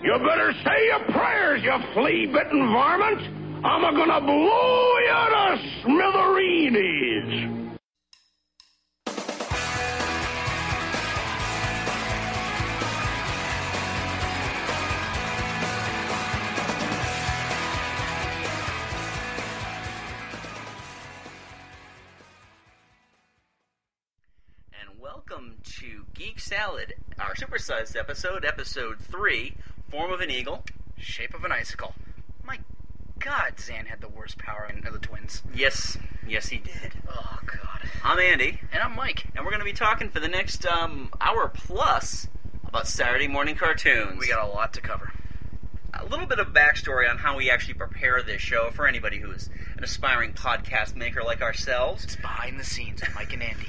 You better say your prayers, you flea-bitten varmint. I'm gonna blow you to smithereens. and welcome to Geek Salad, our supersized episode, episode three, form of an eagle. Shape of an icicle. My God, Zan had the worst power in- of the twins. Yes, yes, he did. Oh God. I'm Andy, And I'm Mike. and we're going to be talking for the next um, hour plus about Saturday morning cartoons. We got a lot to cover. a little bit of backstory on how we actually prepare this show for anybody who is an aspiring podcast maker like ourselves. It's behind the scenes with Mike and Andy.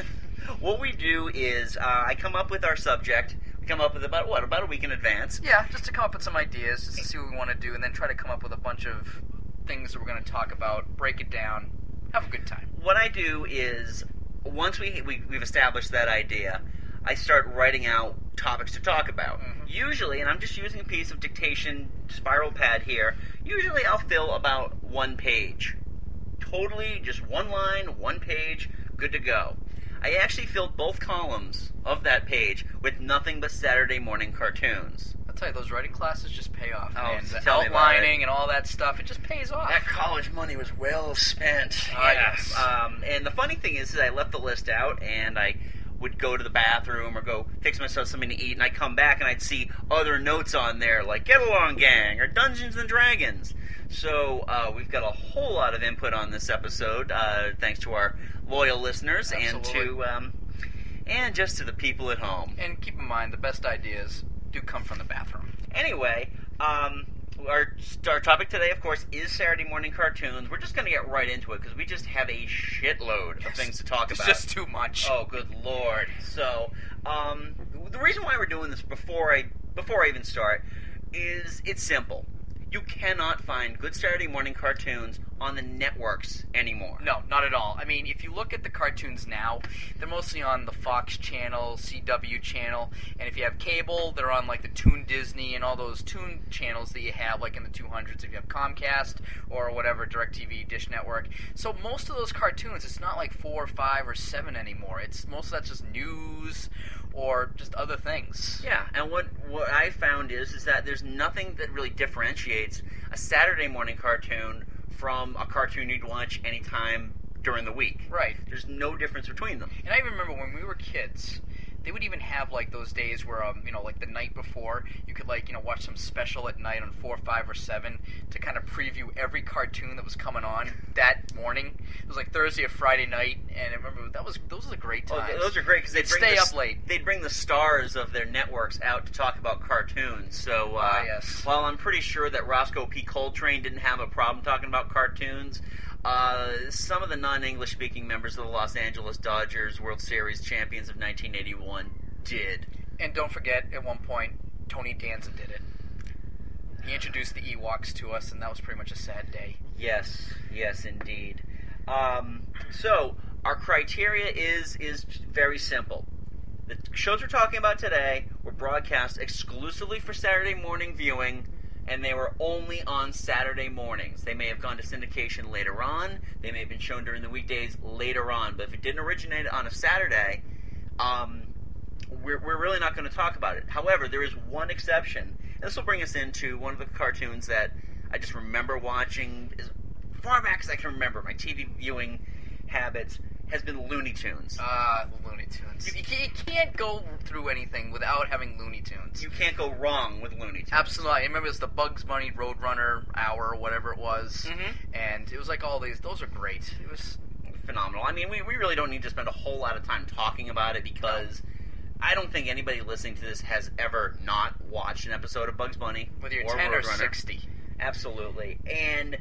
What we do is uh, I come up with our subject. We come up with about what about a week in advance. yeah, just to come up with some ideas, just to see what we want to do, and then try to come up with a bunch of things that we're going to talk about, break it down, have a good time. what I do is once we, we we've established that idea, I start writing out topics to talk about. Usually, and I'm just using a piece of dictation spiral pad here. Usually, I'll fill about one page, totally just one line, one page, good to go. I actually filled both columns of that page with nothing but Saturday morning cartoons. I'll tell you, those writing classes just pay off, Oh, man. The tell me about outlining and all that stuff, it just pays off. That college money was well spent. Ah, yes. Oh, Um, and the funny thing is, is, I left the list out, and I would go to the bathroom or go fix myself something to eat, and I come back and I'd see other notes on there like "Get Along Gang" or "Dungeons and Dragons." So uh, we've got a whole lot of input on this episode, uh, thanks to our loyal listeners and Absolutely. to um, and just to the people at home. and keep in mind, the best ideas do come from the bathroom. Anyway, um, our, our topic today, of course, is Saturday morning cartoons. We're just going to get right into it because we just have a shitload of things to talk It's about. just too much. Oh, good lord! So, um, the reason why we're doing this before I before I even start is it's simple. You cannot find good Saturday morning cartoons on the networks anymore. No, not at all. I mean, if you look at the cartoons now, they're mostly on the Fox Channel, CW Channel, and if you have cable, they're on like the Toon Disney and all those Toon channels that you have, like in the 200s if you have Comcast or whatever, DirecTV, Dish Network. So most of those cartoons, it's not like four or five or seven anymore. It's most of that's just news or just other things. Yeah, and what what I found is is that there's nothing that really differentiates a Saturday morning cartoon from a cartoon you'd watch anytime during the week. Right. There's no difference between them. And I even remember when we were kids, they would even have like those days where, um, you know, like the night before, you could like, you know, watch some special at night on four, five, or seven to kind of preview every cartoon that was coming on that morning. It was like Thursday or Friday night, and I remember that was those are the great Oh, times. th- those are great because they They'd stay up late. They'd bring the stars of their networks out to talk about cartoons. So, uh, Ah, yes. while I'm pretty sure that Roscoe P. Coltrane didn't have a problem talking about cartoons, uh, some of the non-English speaking members of the Los Angeles Dodgers World Series champions of 1981 did. And don't forget, at one point, Tony Danza did it. He introduced the Ewoks to us, and that was pretty much a sad day. Yes, yes, indeed. Um, so our criteria is is very simple. The shows we're talking about today were broadcast exclusively for Saturday morning viewing, and they were only on Saturday mornings. They may have gone to syndication later on. They may have been shown during the weekdays later on. But if it didn't originate on a Saturday, um, we're, we're really not going to talk about it. However, there is one exception. And this will bring us into one of the cartoons that I just remember watching as far back as I can remember. My TV viewing habits has been Looney Tunes. Ah, the Looney Tunes. You, you can't- you can't go through anything without having Looney Tunes. you can't go wrong with Looney Tunes. Absolutely. I remember it was the Bugs Bunny Roadrunner hour or whatever it was. Mhm. And it was like all these, those are great. It was, phenomenal. I mean, we, we really don't need to spend a whole lot of time talking about it because I don't think anybody listening to this has ever not watched an episode of Bugs Bunny whether you're or 10 or Roadrunner. 60. Absolutely. And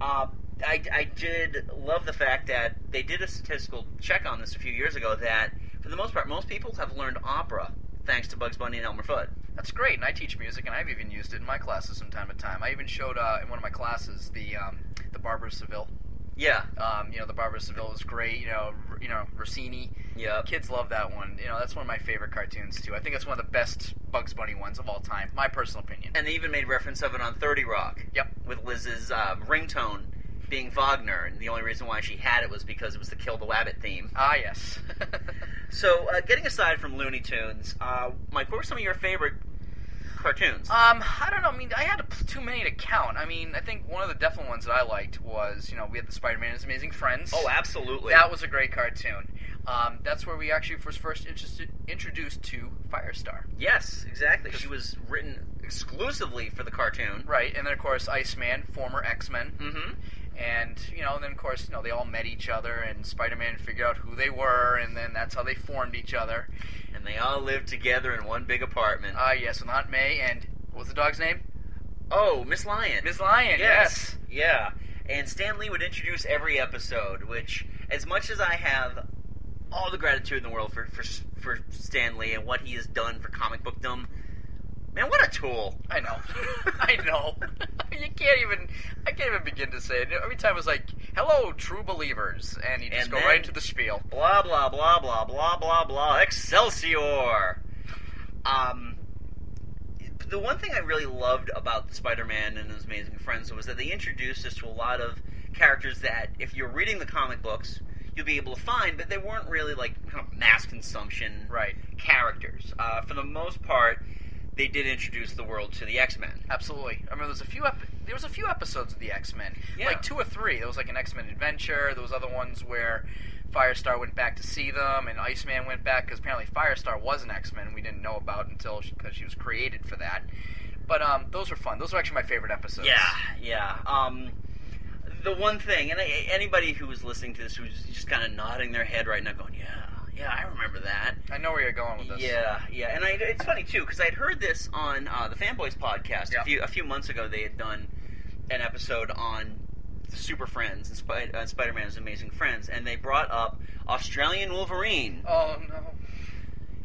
uh, I, I did love the fact that they did a statistical check on this a few years ago that, for the most part, most people have learned opera thanks to Bugs Bunny and Elmer Fudd. That's great. And I teach music, and I've even used it in my classes from time to time. I even showed uh, in one of my classes the um, the Barber of Seville. Yeah. Um, you know, the Barbara Seville was great. You know, R- you know Rossini. Yeah. Kids love that one. You know, that's one of my favorite cartoons too. I think it's one of the best Bugs Bunny ones of all time. My personal opinion. And they even made reference of it on 30 Rock. Yep. With Liz's um, ringtone being Wagner, and the only reason why she had it was because it was the Kill the Wabbit theme. Ah, yes. So, uh, getting aside from Looney Tunes, uh, Mike, what were some of your favorite cartoons? Um, I don't know. I mean, I had p- too many to count. I mean, I think one of the definite ones that I liked was, you know, we had the Spider-Man and His Amazing Friends. oh, absolutely. That was a great cartoon. Um, that's where we actually was first interested, introduced to Firestar. yes, exactly. She was written exclusively for the cartoon. Right, and then of course Iceman, former X-Men, Mm-hmm. and you know, then of course you know they all met each other, and Spider-Man figured out who they were, and then that's how they formed each other. And they all lived together in one big apartment. Ah, yes, with Aunt May and what was the dog's name? oh, Miss Lion. Miss Lion. Yes. Yeah. And Stan Lee would introduce every episode, which, as much as I have all the gratitude in the world for, for, for Stan Lee and what he has done for comic bookdom, man, what a tool. I know. I know. you can't even. I can't even begin to say it. Every time it was like, "Hello, true believers," and you just And go then- right into the spiel. blah blah blah blah blah blah blah excelsior um the one thing i really loved about spider-man and his amazing friends was that they introduced us to a lot of characters that if you're reading the comic books you'll be able to find but they weren't really like kind of mass consumption Right. characters uh, for the most part they did introduce the world to the x-men Absolutely. I mean, there was a few. Ep- there was a few episodes of the X Men, Yeah. like two or three. There was like an X Men adventure. There was other ones where Firestar went back to see them, and Iceman went back because apparently Firestar was an X Men we didn't know about until because she, was created for that. But um, those were fun. Those were actually my favorite episodes. Yeah, yeah. Um, the one thing, and I, anybody who is listening to this who's just kind of nodding their head right now, going, "Yeah, yeah, I remember that." I know where you're going with this. Yeah, yeah, and I, it's funny too because I'd heard this on uh, the Fanboys podcast Yeah. a few a few months ago. They had done an episode on Super Friends and Spi- uh, Spider-Man's Amazing Friends, and they brought up Australian Wolverine. Oh no.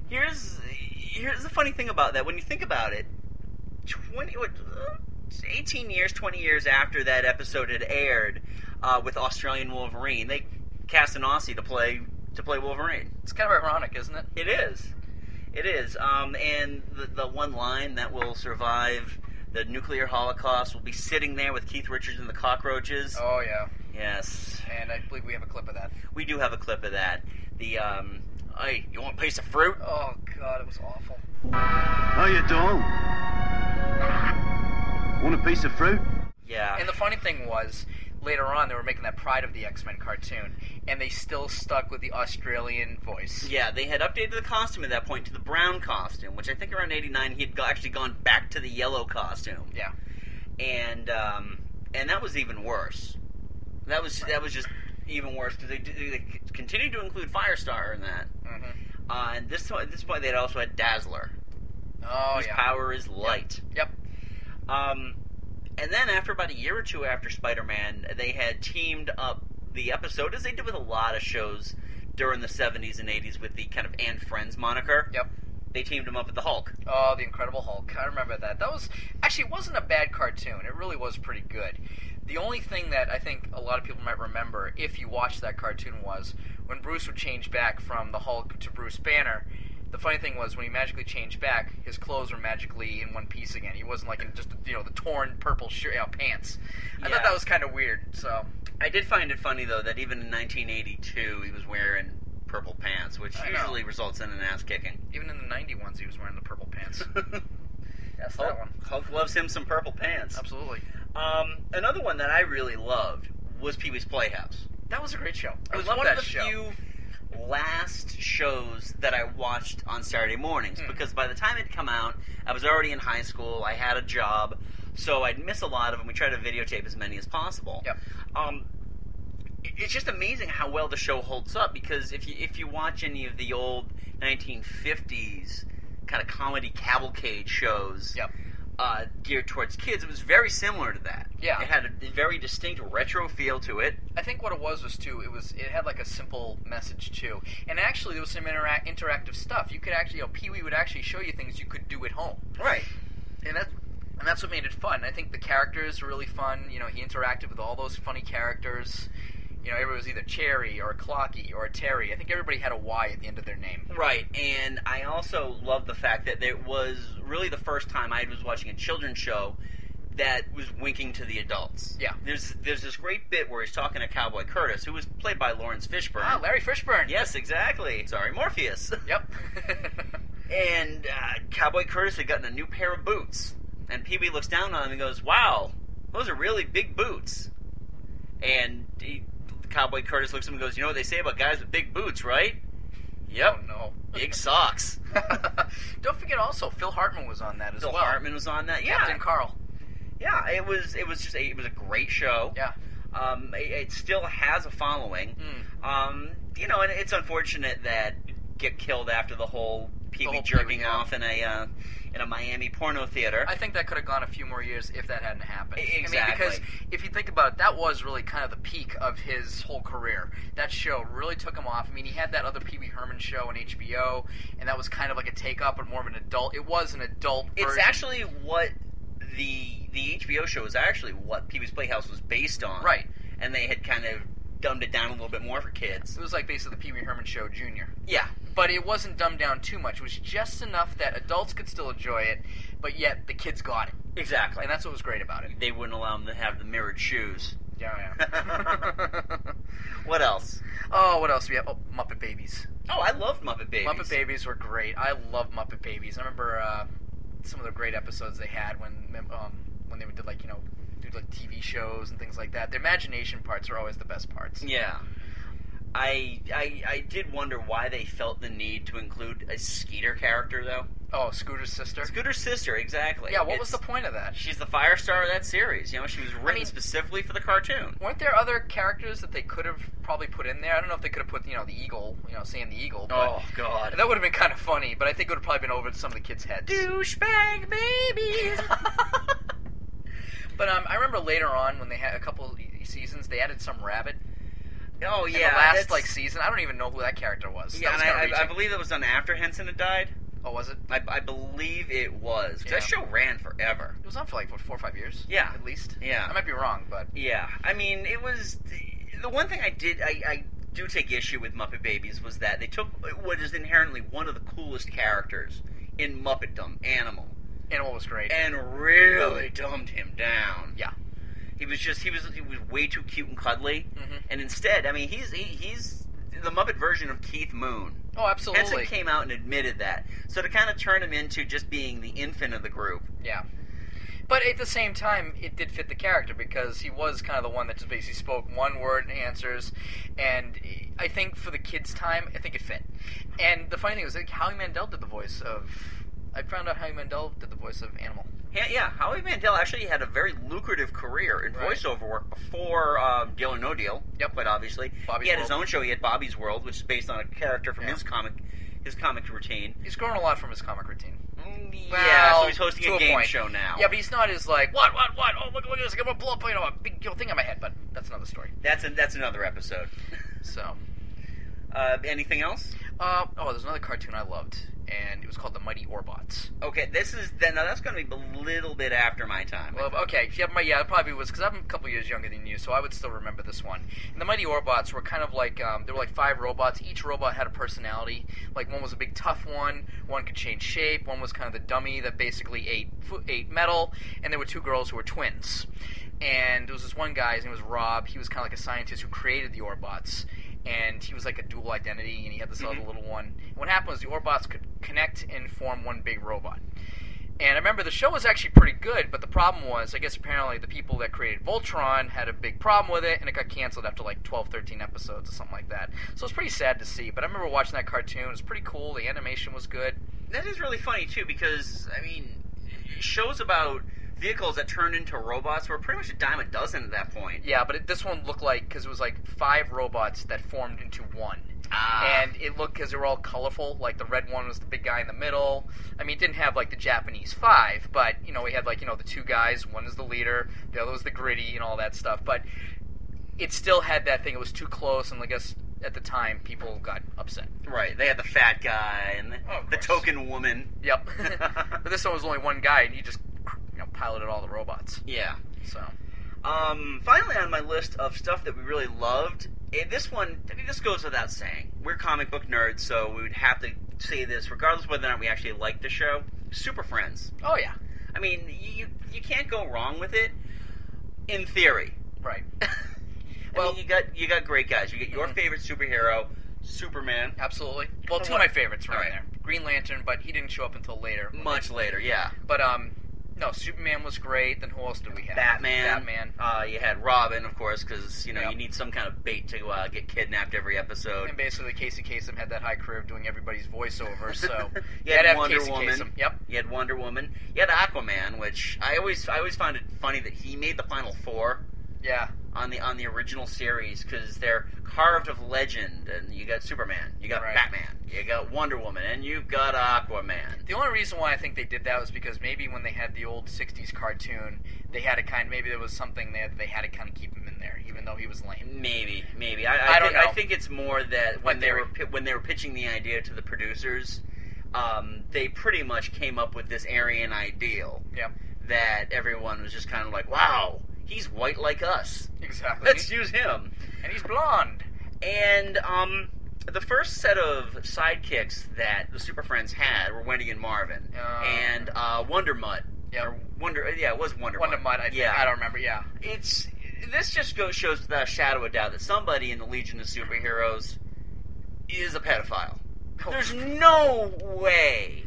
Here's here's the funny thing about that. When you think about it, twenty, what, uh, eighteen years, twenty years after that episode had aired uh, with Australian Wolverine, they cast an Aussie to play to play Wolverine. It's kind of ironic, isn't it? It is, it is. Um, and the, the one line that will survive the nuclear holocaust will be sitting there with Keith Richards and the cockroaches. Oh yeah. Yes, And I believe we have a clip of that. we do have a clip of that. The um, hey, you want a piece of fruit? Oh god, it was awful. How you doing? Want a piece of fruit? Yeah. And the funny thing was, later on, they were making that Pride of the X Men cartoon, and they still stuck with the Australian voice. Yeah, they had updated the costume at that point to the brown costume, which I think around '89 he had go- actually gone back to the yellow costume, Yeah. and um, and that was even worse. That was that was just even worse because they, did- they c- continued to include Firestar in that. Mm-hmm. Uh, and this at this point they had also had Dazzler, Oh whose yeah. power is light. Yep. Um, and then after about a year or two after Spider-Man, they had teamed up the episode as they did with a lot of shows during the 70s and 80s with the kind of and friends moniker Yep. they teamed him up with the Hulk. Oh, the Incredible Hulk. I remember that. That was actually it wasn't a bad cartoon. It really was pretty good. The only thing that I think a lot of people might remember if you watched that cartoon was when Bruce would change back from the Hulk to Bruce Banner. The funny thing was when he magically changed back, his clothes were magically in one piece again. He wasn't like in just you know the torn purple shirt, you know, pants. I Yeah. thought that was kind of weird. So I did find it funny though that even in 1982 he was wearing purple pants, which I know. usually results in an ass kicking. even in the '90 ones, he was wearing the purple pants. That's Hulk, that one. Hulk loves him some purple pants. Absolutely. Um, another one that I really loved was Pee Wee's Playhouse. That was a great show. I It was love one that of the show. few last shows that I watched on Saturday mornings Hmm. because by the time it'd come out, I was already in high school. I had a job, so I'd miss a lot of them. We tried to videotape as many as possible. Yep. Um, it- it's just amazing how well the show holds up because if you if you watch any of the old 1950s kind of comedy cavalcade shows, Yep. uh, geared towards kids, it was very similar to that. Yeah. it had a very distinct retro feel to it. I think what it was was too. It was it had like a simple message too, and actually there was some interac- interactive stuff. You could actually, you know, Pee Wee would actually show you things you could do at home, Right. and that's and that's what made it fun. I think the characters were really fun. You know, he interacted with all those funny characters. You know, everybody was either Cherry or Clocky or Terry. I think everybody had a Y at the end of their name. Right, and I also love the fact that it was really the first time I was watching a children's show that was winking to the adults. Yeah. there's there's this great bit where he's talking to Cowboy Curtis, who was played by Lawrence Fishburne. Ah, Larry Fishburne. Yes, exactly. Sorry, Morpheus. Yep. And uh, Cowboy Curtis had gotten a new pair of boots, and Pee Wee looks down on him and goes, "Wow, those are really big boots." And he, Cowboy Curtis looks at him and goes, "You know what they say about guys with big boots, right? Yep, Oh, no. big socks." Don't forget also, Phil Hartman was on that as Bill well. Hartman was on that. Yeah, Captain Carl. yeah. It was it was just a, it was a great show. Yeah. Um, it, it still has a following. Mm. Um, you know, and it's unfortunate that get killed after the whole Pee Wee whole Pee-wee jerking thing. off in a uh, in a Miami porno theater. I think that could have gone a few more years if that hadn't happened. E- I mean, because exactly. if you think about it, that was really kind of the peak of his whole career. That show really took him off. I mean, he had that other Pee Wee Herman show on HBO, and that was kind of like a take up, but more of an adult. It was an adult. It's version. actually what the the HBO show is actually what Pee Wee's Playhouse was based on, Right. And they had kind of dumbed it down a little bit more for kids. It was like basically the Pee Wee Herman show junior. Yeah, But it wasn't dumbed down too much. It was just enough that adults could still enjoy it, but yet the kids got it. exactly. And that's what was great about it. they wouldn't allow them to have the mirrored shoes. Yeah, yeah. What else? oh, what else do we have? Oh, Muppet Babies. Oh, I loved Muppet Babies. Muppet Babies were great. I love Muppet Babies. I remember uh, some of the great episodes they had when um, when they did like you know do like TV shows and things like that. The imagination parts are always the best parts. Yeah. I, I I did wonder why they felt the need to include a Skeeter character though. Oh, Scooter's sister. Scooter's sister, exactly. yeah. What was the It's- point of that? She's the fire star of that series. You know, she was written mean- specifically for the cartoon. Weren't there other characters that they could have probably put in there? I don't know if they could have put you know the eagle, you know Sam the eagle. But Oh, God. that would have been kind of funny. But I think it would have probably been over some of the kids' heads. Douchebag babies. But um, I remember later on when they had a couple seasons, they added some rabbit. oh in yeah, the last that's- like season. I don't even know who that character was. yeah, that was and kinda I, I, I reaching. believe that was done after Henson had died. Oh, was it? I, I believe it was 'cause that Yeah. show ran forever. It was on for like what four or five years. Yeah. at least. Yeah. I might be wrong, but Yeah, I mean, it was the one thing I did. I, I do take issue with Muppet Babies was that they took what is inherently one of the coolest characters in Muppetdom, Animal, Animal was great. and really dumbed him down. yeah, He was just he was he was way too cute and cuddly, Mhm. and instead, I mean, he's he, he's the Muppet version of Keith Moon. oh, absolutely. Henson came out and admitted that, so to kind of turn him into just being the infant of the group. Yeah, but at the same time, it did fit the character because he was kind of the one that just basically spoke one word and answers. And I think for the kids' time, I think it fit. And the funny thing was, like, Howie Mandel did the voice of. I found out Howie Mandel did the voice of Animal. Yeah, yeah. Howie Mandel actually had a very lucrative career in Right. voiceover work before um, Deal or No Deal. Yep. quite obviously. Bobby's he had his World. own show. He had Bobby's World, which is based on a character from Yeah. his comic, his comic routine. He's grown a lot from his comic routine. yeah, so Well, he's hosting to Mm, a game point. show now. Yeah, but he's not as like what, what, what? Oh, look, look at this! I'm gonna blow up, you know, a big you know, thing on my head. But that's another story. that's a, that's another episode. So, Uh, anything else? uh, oh, there's another cartoon I loved, and it was called The Mighty Orbots. Okay, this is then. Now that's going to be a little bit after my time. Well, okay, yeah, my, yeah, it probably was because I'm a couple years younger than you, so I would still remember this one. And the Mighty Orbots were kind of like um, there were like five robots. Each robot had a personality. Like one was a big tough one. One could change shape. One was kind of the dummy that basically ate fo- ate metal. And there were two girls who were twins. And there was this one guy. His name was Rob. He was kind of like a scientist who created the Orbots. And he was like a dual identity, and he had this other little one. And what happened was the Orbots could connect and form one big robot. And I remember the show was actually pretty good, but the problem was, I guess apparently the people that created Voltron had a big problem with it, and it got canceled after like 12, 13 episodes or something like that. So it's pretty sad to see, but I remember watching that cartoon. It was pretty cool. The animation was good. That is really funny too, because I mean, shows about vehicles that turned into robots were pretty much a dime a dozen at that point. Yeah, but it, this one looked like, because it was like five robots that formed into one. Ah. And it looked, because they were all colorful, like the red one was the big guy in the middle. I mean, it didn't have like the Japanese five, but, you know, we had like, you know, the two guys, one is the leader, the other was the gritty, and all that stuff. But it still had that thing. It was too close, and I guess at the time people got upset. Right. They had the fat guy and the, Oh, of the course. token woman. Yep. but this one was only one guy, and he just you know piloted all the robots. Yeah. So Um, finally, on my list of stuff that we really loved, eh, this one, I mean, this goes without saying. We're comic book nerds, so we would have to say this, regardless of whether or not we actually like the show. Super Friends. Oh yeah, I mean, you you can't go wrong with it, in theory. right. I Well- mean, you got you got great guys. You get your Mhm. favorite superhero, Superman, Absolutely. Well, For two what? of my favorites were All in right. there. Green Lantern, but he didn't show up until later. much later. Yeah, But um, no, Superman was great. Then who else did we have? Batman. Batman. Uh, you had Robin, of course, because you know Yep. you need some kind of bait to uh, get kidnapped every episode. And basically, Casey Kasem had that high career of doing everybody's voiceover, so You you had had to have Wonder Casey Woman. Kasem. Yep. You had Wonder Woman. You had Aquaman, which I always I always find it funny that he made the final four. Yeah. on the on the original series because they're carved of legend, and you got Superman, you got Right. Batman, you got Wonder Woman, and you've got Aquaman. The only reason why I think they did that was because maybe when they had the old '60s cartoon, they had a kind. Maybe there was something there that they had to kind of keep him in there, even though he was lame. Maybe, maybe I, I, I don't think, I know. think it's more that when My they were theory. pi- when they were pitching the idea to the producers, um, they pretty much came up with this Aryan ideal Yeah. that everyone was just kind of like, "Wow, he's white like us. Exactly. Let's use him." and he's blonde. And um, the first set of sidekicks that the Super Friends had were Wendy and Marvin, Uh. and uh, Wonder Mutt. Yeah. Or Wonder, yeah, it was Wonder One Mutt. of mine. I think. yeah, I don't remember. Yeah. It's this just goes shows without a shadow of doubt that somebody in the Legion of Superheroes is a pedophile. Oh. There's no way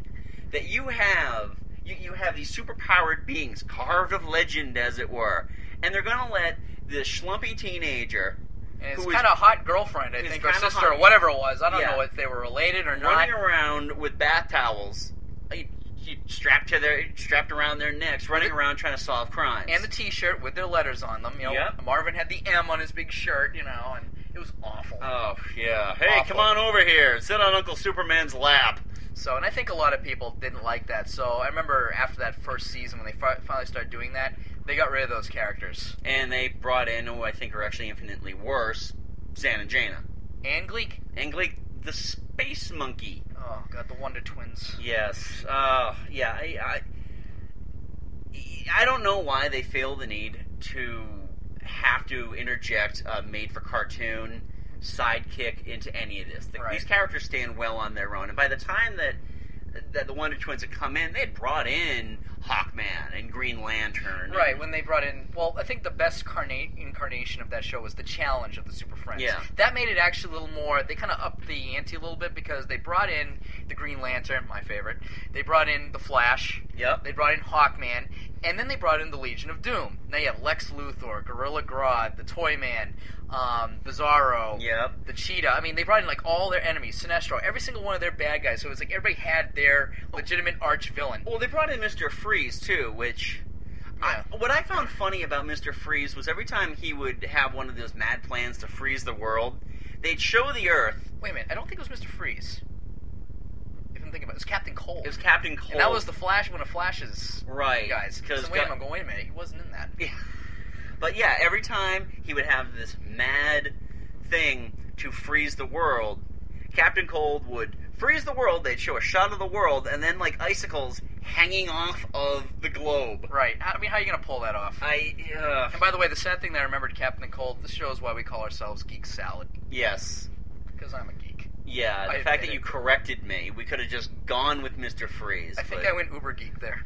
that you have you, you have these superpowered beings carved of legend, as it were, and they're gonna let this schlumpy teenager And his who is- kind of hot girlfriend, I is think, or kinda sister, hot. or whatever it was. I don't Yeah. know if they were related or not. running around with bath towels, like, you- strapped to their strapped around their necks, running around trying to solve crimes. And the T-shirt with their letters on them. You know, Yep. Marvin had the M on his big shirt. You know, and it was awful. oh yeah, hey, Awful. come on over here, sit on Uncle Superman's lap. So, and I think a lot of people didn't like that. So, I remember after that first season when they fi- finally started doing that, they got rid of those characters. And they brought in who I think are actually infinitely worse, Xan and Jaina, And Gleek. and Gleek the space monkey. Oh God, the Wonder Twins. Yes. Uh, yeah. I, I I don't know why they feel the need to have to interject a made-for-cartoon sidekick into any of this. The- Right. These characters stand well on their own, and by the time that that the Wonder Twins had come in, they had brought in Hawkman and Green Lantern. and- Right when they brought in, well, I think the best carnate incarnation of that show was the challenge of the Super Friends. Yeah. that made it actually a little more. They kind of upped the ante a little bit because they brought in the Green Lantern, my favorite. They brought in the Flash. Yep. They brought in Hawkman, and then they brought in the Legion of Doom. Now you have Lex Luthor, Gorilla Grodd, the Toyman, um, Bizarro, Yep. the Cheetah. I mean, they brought in like all their enemies, Sinestro, every single one of their bad guys. So it was like everybody had their legitimate arch villain. Well, they brought in Mr. Freeze too, which I, what I found funny about Mr. Freeze was every time he would have one of those mad plans to freeze the world, they'd show the Earth. Wait a minute, I don't think it was Mr. Freeze. If I'm thinking about it, it was Captain Cold. It was Captain Cold. And that was the Flash, one of Flash's right guys. Because So wait a minute, I'm going, wait a minute, he wasn't in that. Yeah. But yeah, every time he would have this mad thing to freeze the world, Captain Cold would freeze the world. They'd show a shot of the world, and then like icicles hanging off of the globe. Right, I mean, how are you going to pull that off? I uh, and by the way, the sad thing that I remembered, Captain Cold, this shows why we call ourselves Geek Salad. yes. Because I'm a geek. Yeah, the I fact admit that you it. corrected me, we could have just gone with Mr. Freeze. I think but I went uber geek there.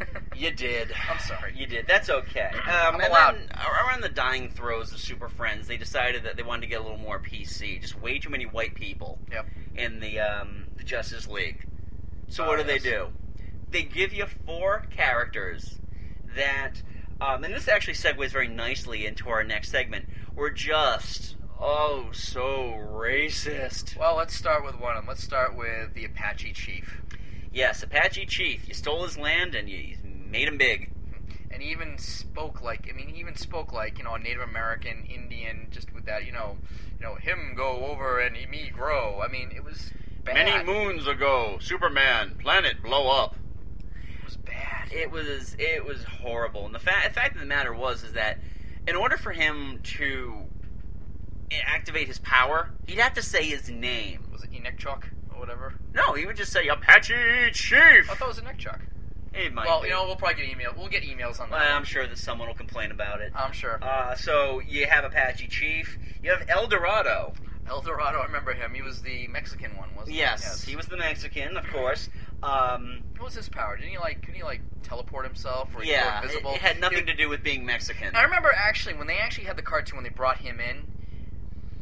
You did. I'm sorry. You did. That's okay. Um, and allowed. Then, ar- around the dying throes of Super Friends, they decided that they wanted to get a little more PC. Just way too many white people Yep. in the um, the Justice League. So Oh, what do yes. they do? They give you four characters that, um, and this actually segues very nicely into our next segment. Were just oh so racist. Well, let's start with one of them. Let's start with the Apache Chief. Yes, Apache Chief. You stole his land and you, you made him big. and he even spoke like I mean he even spoke like you know a Native American Indian just with that you know you know him go over and he, me grow I mean it was bad moons ago, Superman, planet blow up. it was bad It was it was horrible. And the fact the fact of the matter was is that in order for him to activate his power, he'd have to say his name. was it Enekchok or whatever No, he would just say Apache Chief. I thought it was Enekchok It might. Well, be. you know, we'll probably get email. We'll get emails on that. I'm sure that someone will complain about it. I'm sure. Uh, so you have Apache Chief. You have El Dorado. El Dorado, I remember him. He was the Mexican one, wasn't Yes, he? he was the Mexican, of course. Um, What was his power? Didn't he like? Couldn't he like teleport himself or he go yeah, it, invisible? it had nothing He- to do with being Mexican. I remember actually when they actually had the cartoon when they brought him in,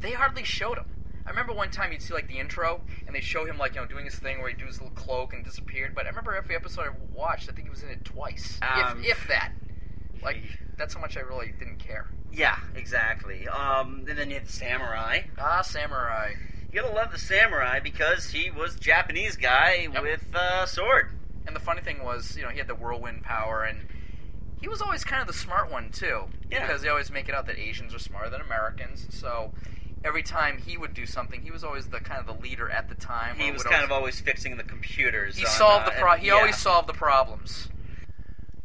they hardly showed him. I remember one time you'd see like the intro and they show him like you know doing his thing where he do his little cloak and disappeared. But I remember every episode I watched, I think he was in it twice, Um, if, if that. Like that's how much I really didn't care. Yeah, exactly. Um, and then you had the samurai. Ah, samurai. You gotta love the samurai because he was a Japanese guy Yep. with a sword. And the funny thing was, you know, he had the whirlwind power, and he was always kind of the smart one too, Yeah. because they always make it out that Asians are smarter than Americans. So every time he would do something, he was always the kind of the leader at the time. He or was would kind of always- always fixing the computers. he on, solved uh, the pro. and- He yeah. always solved the problems.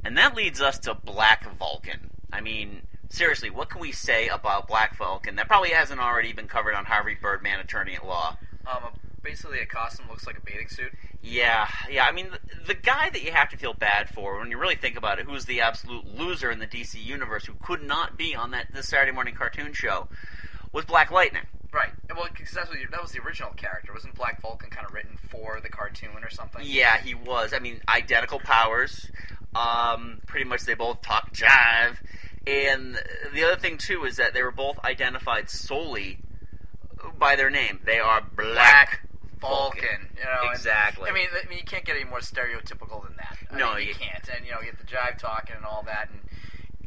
And that leads us to Black Vulcan. I mean, seriously, what can we say about Black Vulcan that probably hasn't already been covered on Harvey Birdman, Attorney at Law? Um, basically, a costume looks like a bathing suit. Yeah, yeah. I mean, the, the guy that you have to feel bad for when you really think about it, who's the absolute loser in the DC universe, who could not be on that this Saturday morning cartoon show, was Black Lightning. Right. Well, because that's what you- that was the original character. Wasn't Black Vulcan kind of written for the cartoon or something? Yeah, he was. I mean, identical powers. Um, pretty much they both talk jive. And the other thing, too, is that they were both identified solely by their name. They are Black. Vulcan. You know, and- Exactly. I mean, I mean, you can't get any more stereotypical than that. I No, mean, you, you- can't. And you know, you get the jive talking and all that, and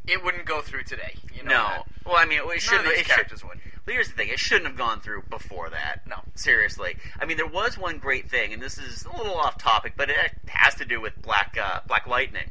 it wouldn't go through today. You know, No. that. Well, I mean, it none shouldn't. of these it should- characters would. Well, here's the thing: it shouldn't have gone through before that. No. seriously. I mean, there was one great thing, and this is a little off topic, but it has to do with Black uh, Black Lightning.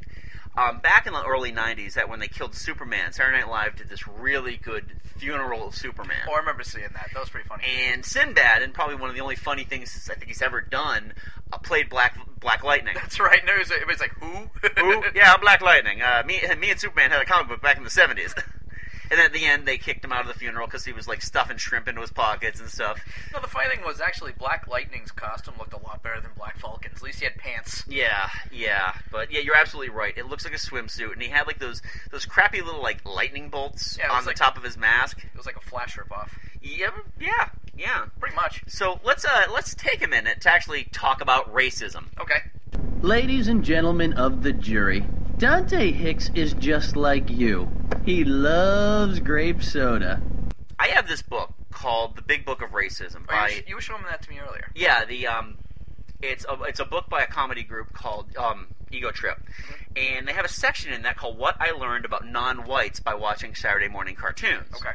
Um, back in the early '90s, that when they killed Superman, Saturday Night Live did this really good funeral of Superman. Oh, I remember seeing that. That was pretty funny. and Sinbad, and probably one of the only funny things I think he's ever done, uh, played Black Black Lightning. That's right. No, it was, it was like who? Who? Yeah, I'm Black Lightning. Uh, me, me and Superman had a comic book back in the 70s. and at the end, they kicked him out of the funeral because he was like stuffing shrimp into his pockets and stuff. No, the funny thing was actually Black Lightning's costume looked a lot better than Black Vulcan's. At least he had pants. Yeah, yeah, but yeah, you're absolutely right. It looks like a swimsuit, and he had like those those crappy little like lightning bolts Yeah, it was on the like- top of his mask. It was like a flash ripoff, Yep, yeah, yeah. pretty much. So let's uh let's take a minute to actually talk about racism. Okay. Ladies and gentlemen of the jury, Dante Hicks is just like you. He loves grape soda. I have this book called The Big Book of Racism Oh, by you, were- you were showing that to me earlier. Yeah, the um, it's a it's a book by a comedy group called um, Ego Trip, Mm-hmm. and they have a section in that called "What I Learned About Non-Whites by Watching Saturday Morning Cartoons." Okay.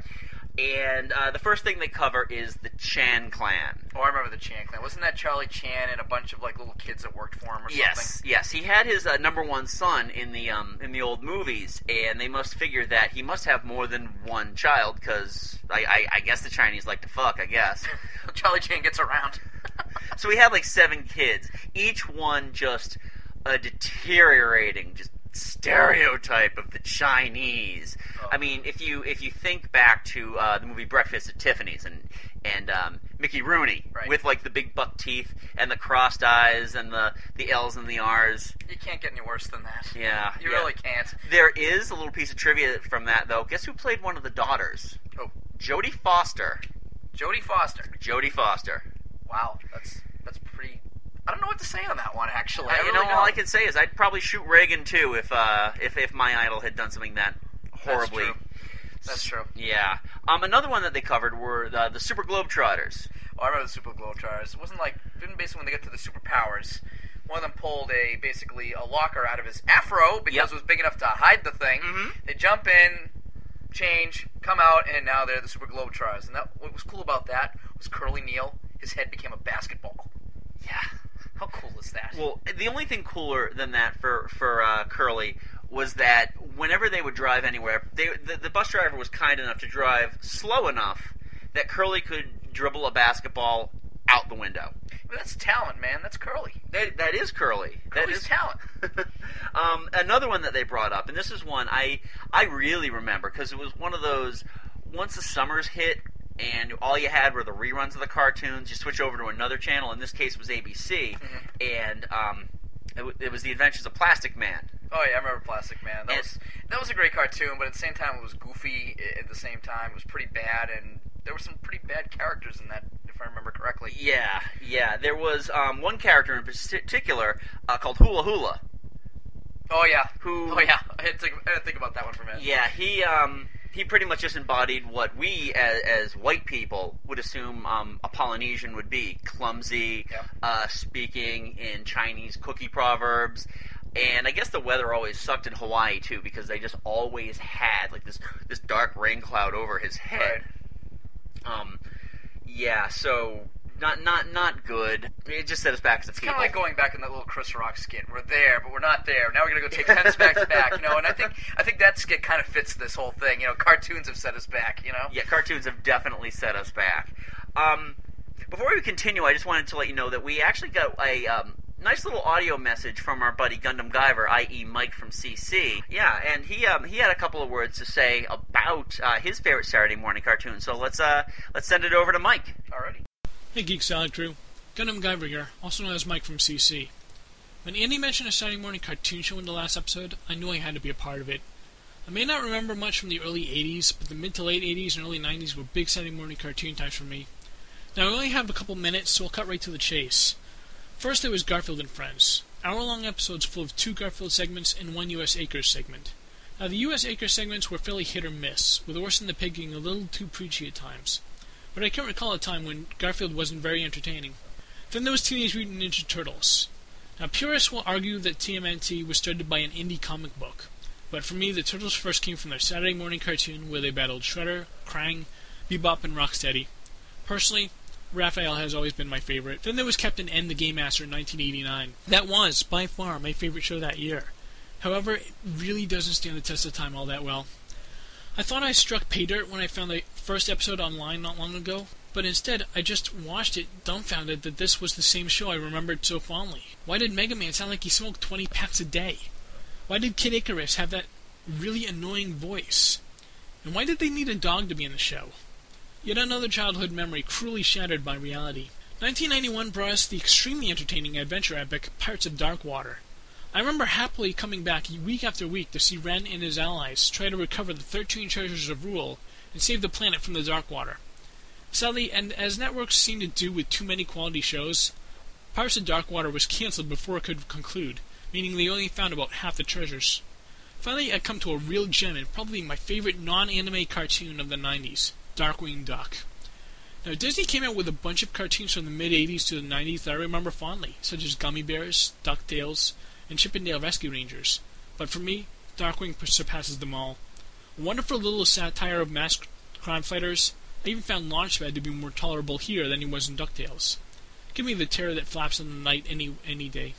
and uh, the first thing they cover is the Chan Clan. Oh, I remember the Chan clan. Wasn't that Charlie Chan and a bunch of like little kids that worked for him or Yes, something? yes, he had his uh, number one son in the um, in the old movies, and they must figure that he must have more than one child because I, I, I guess the Chinese like to fuck. I guess. Charlie Chan gets around. So we had like seven kids, each one just a deteriorating, just stereotype of the Chinese. Oh. I mean, if you if you think back to uh, the movie Breakfast at Tiffany's and and um, Mickey Rooney Right. with like the big buck teeth and the crossed eyes and the the L's and the R's. you can't get any worse than that. Yeah, You yeah. really can't. There is a little piece of trivia from that though. Guess who played one of the daughters? Oh, Jodie Foster. Jodie Foster. Jodie Foster. Uh, Wow, that's that's pretty. I don't know what to say on that one actually. I, I Uh, you really know, all don't. I can say is I'd probably shoot Reagan too if uh, if if my idol had done something that horribly. true. That's true. Yeah. Um, another one that they covered were the, the Super Globetrotters. Oh, I remember the Super Globetrotters. It wasn't like didn't basically when they got to the superpowers. One of them pulled a basically a locker out of his afro because Yep. it was big enough to hide the thing. Mhm. They jump in, change, come out, and now they're the Super Globetrotters. And that what was cool about that was Curly Neal. His head became a basketball. Yeah. How cool is that? Well, the only thing cooler than that for for uh, Curly was that whenever they would drive anywhere, they, the, the bus driver was kind enough to drive slow enough that Curly could dribble a basketball out the window. But that's talent, man. That's Curly. That, that is Curly. That Curly's is talent. um, another one that they brought up, and this is one I I really remember because it was one of those. Once the summers hit, and all you had were the reruns of the cartoons, you switch over to another channel. In this case, it was ABC, and um, It, w- it was the Adventures of Plastic Man. Oh yeah, I remember Plastic Man. That And- was that was a great cartoon, but at the same time, it was goofy. i- At the same time, it was pretty bad, and there were some pretty bad characters in that, if I remember correctly. Yeah, yeah. There was um, one character in particular uh, called Hula Hula. Oh yeah. Who- Oh yeah. I had to, think- I had to think about that one for a minute. Yeah, he um, he pretty much just embodied what we as, as white people would assume um, a Polynesian would be: clumsy, Yep. uh, speaking in Chinese cookie proverbs. And I guess the weather always sucked in Hawaii too, because they just always had like this this dark rain cloud over his head. Right. Um, yeah, so not not not good. It just set us back as a It's people. kind of like going back in that little Chris Rock skit. We're there, but we're not there. Now we're gonna go take ten steps back, you know. And I think I think that skit kind of fits this whole thing. You know, cartoons have set us back. You know. yeah, cartoons have definitely set us back. Um, before we continue, I just wanted to let you know that we actually got a um, nice little audio message from our buddy Gundam Guyver, i.e., Mike from CC. Yeah, and he um, he had a couple of words to say about uh, his favorite Saturday morning cartoon. So let's uh, let's send it over to Mike. Already. Hey, Geek Salad crew. Gundam Guyver here, also known as Mike from CC. When Andy mentioned a Saturday morning cartoon show in the last episode, I knew I had to be a part of it. I may not remember much from the early 80s, but the mid to late 80s and early 90s were big Saturday morning cartoon times for me. Now, I only have a couple minutes, so I'll cut right to the chase. First, there was Garfield and Friends, hour long episodes full of two Garfield segments and one U.S. Acres segment. Now, the U.S. Acres segments were fairly hit or miss, with Orson the Pig getting a little too preachy at times but I can't recall a time when Garfield wasn't very entertaining. Then there was Teenage Mutant Ninja Turtles. Now, purists will argue that TMNT was started by an indie comic book, but for me, the Turtles first came from their Saturday morning cartoon where they battled Shredder, Krang, Bebop, and Rocksteady. Personally, Raphael has always been my favorite. Then there was Captain N the Game Master in 1989. That was, by far, my favorite show that year. However, it really doesn't stand the test of time all that well. I thought I struck pay dirt when I found the first episode online not long ago, but instead I just watched it dumbfounded that this was the same show I remembered so fondly. Why did Mega Man sound like he smoked 20 packs a day? Why did Kid Icarus have that really annoying voice? And why did they need a dog to be in the show? Yet another childhood memory cruelly shattered by reality. 1991 brought us the extremely entertaining adventure epic Pirates of Dark Water. I remember happily coming back week after week to see Ren and his allies try to recover the 13 treasures of Rule and save the planet from the Dark Water. Sadly, and as networks seem to do with too many quality shows, Pirates of Dark Water was cancelled before it could conclude, meaning they only found about half the treasures. Finally, I come to a real gem and probably my favorite non-anime cartoon of the 90s, Darkwing Duck. Now, Disney came out with a bunch of cartoons from the mid 80s to the 90s that I remember fondly, such as Gummy Bears, DuckTales, and Chippendale Rescue Rangers. But for me, Darkwing p- surpasses them all. A wonderful little satire of masked crime fighters, I even found Launchpad to be more tolerable here than he was in DuckTales. Give me the terror that flaps in the night any, any day.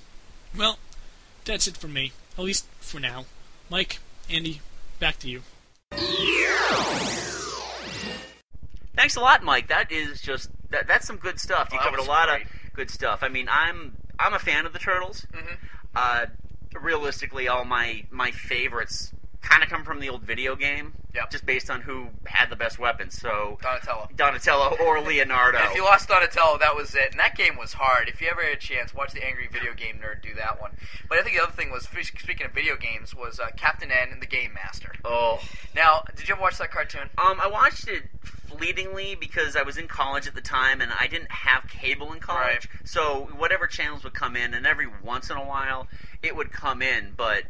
Well, that's it for me, at least for now. Mike, Andy, back to you. Thanks a lot, Mike. That is just that, that's some good stuff. You Well, that covered a was lot great. of good stuff. I mean, I'm I'm a fan of the Turtles. Mm-hmm. Uh, realistically, all my my favorites kind of come from the old video game. Yep. Just based on who had the best weapons. So Donatello. Donatello or Leonardo. And if you lost Donatello, that was it. And that game was hard. If you ever had a chance, watch the Angry Video Game Nerd do that one. But I think the other thing was, speaking of video games, was uh, Captain N and the Game Master. oh. Now, did you ever watch that cartoon? Um, I watched it fleetingly because I was in college at the time and I didn't have cable in college. So whatever channels would come in, and every once in a while it would come in, but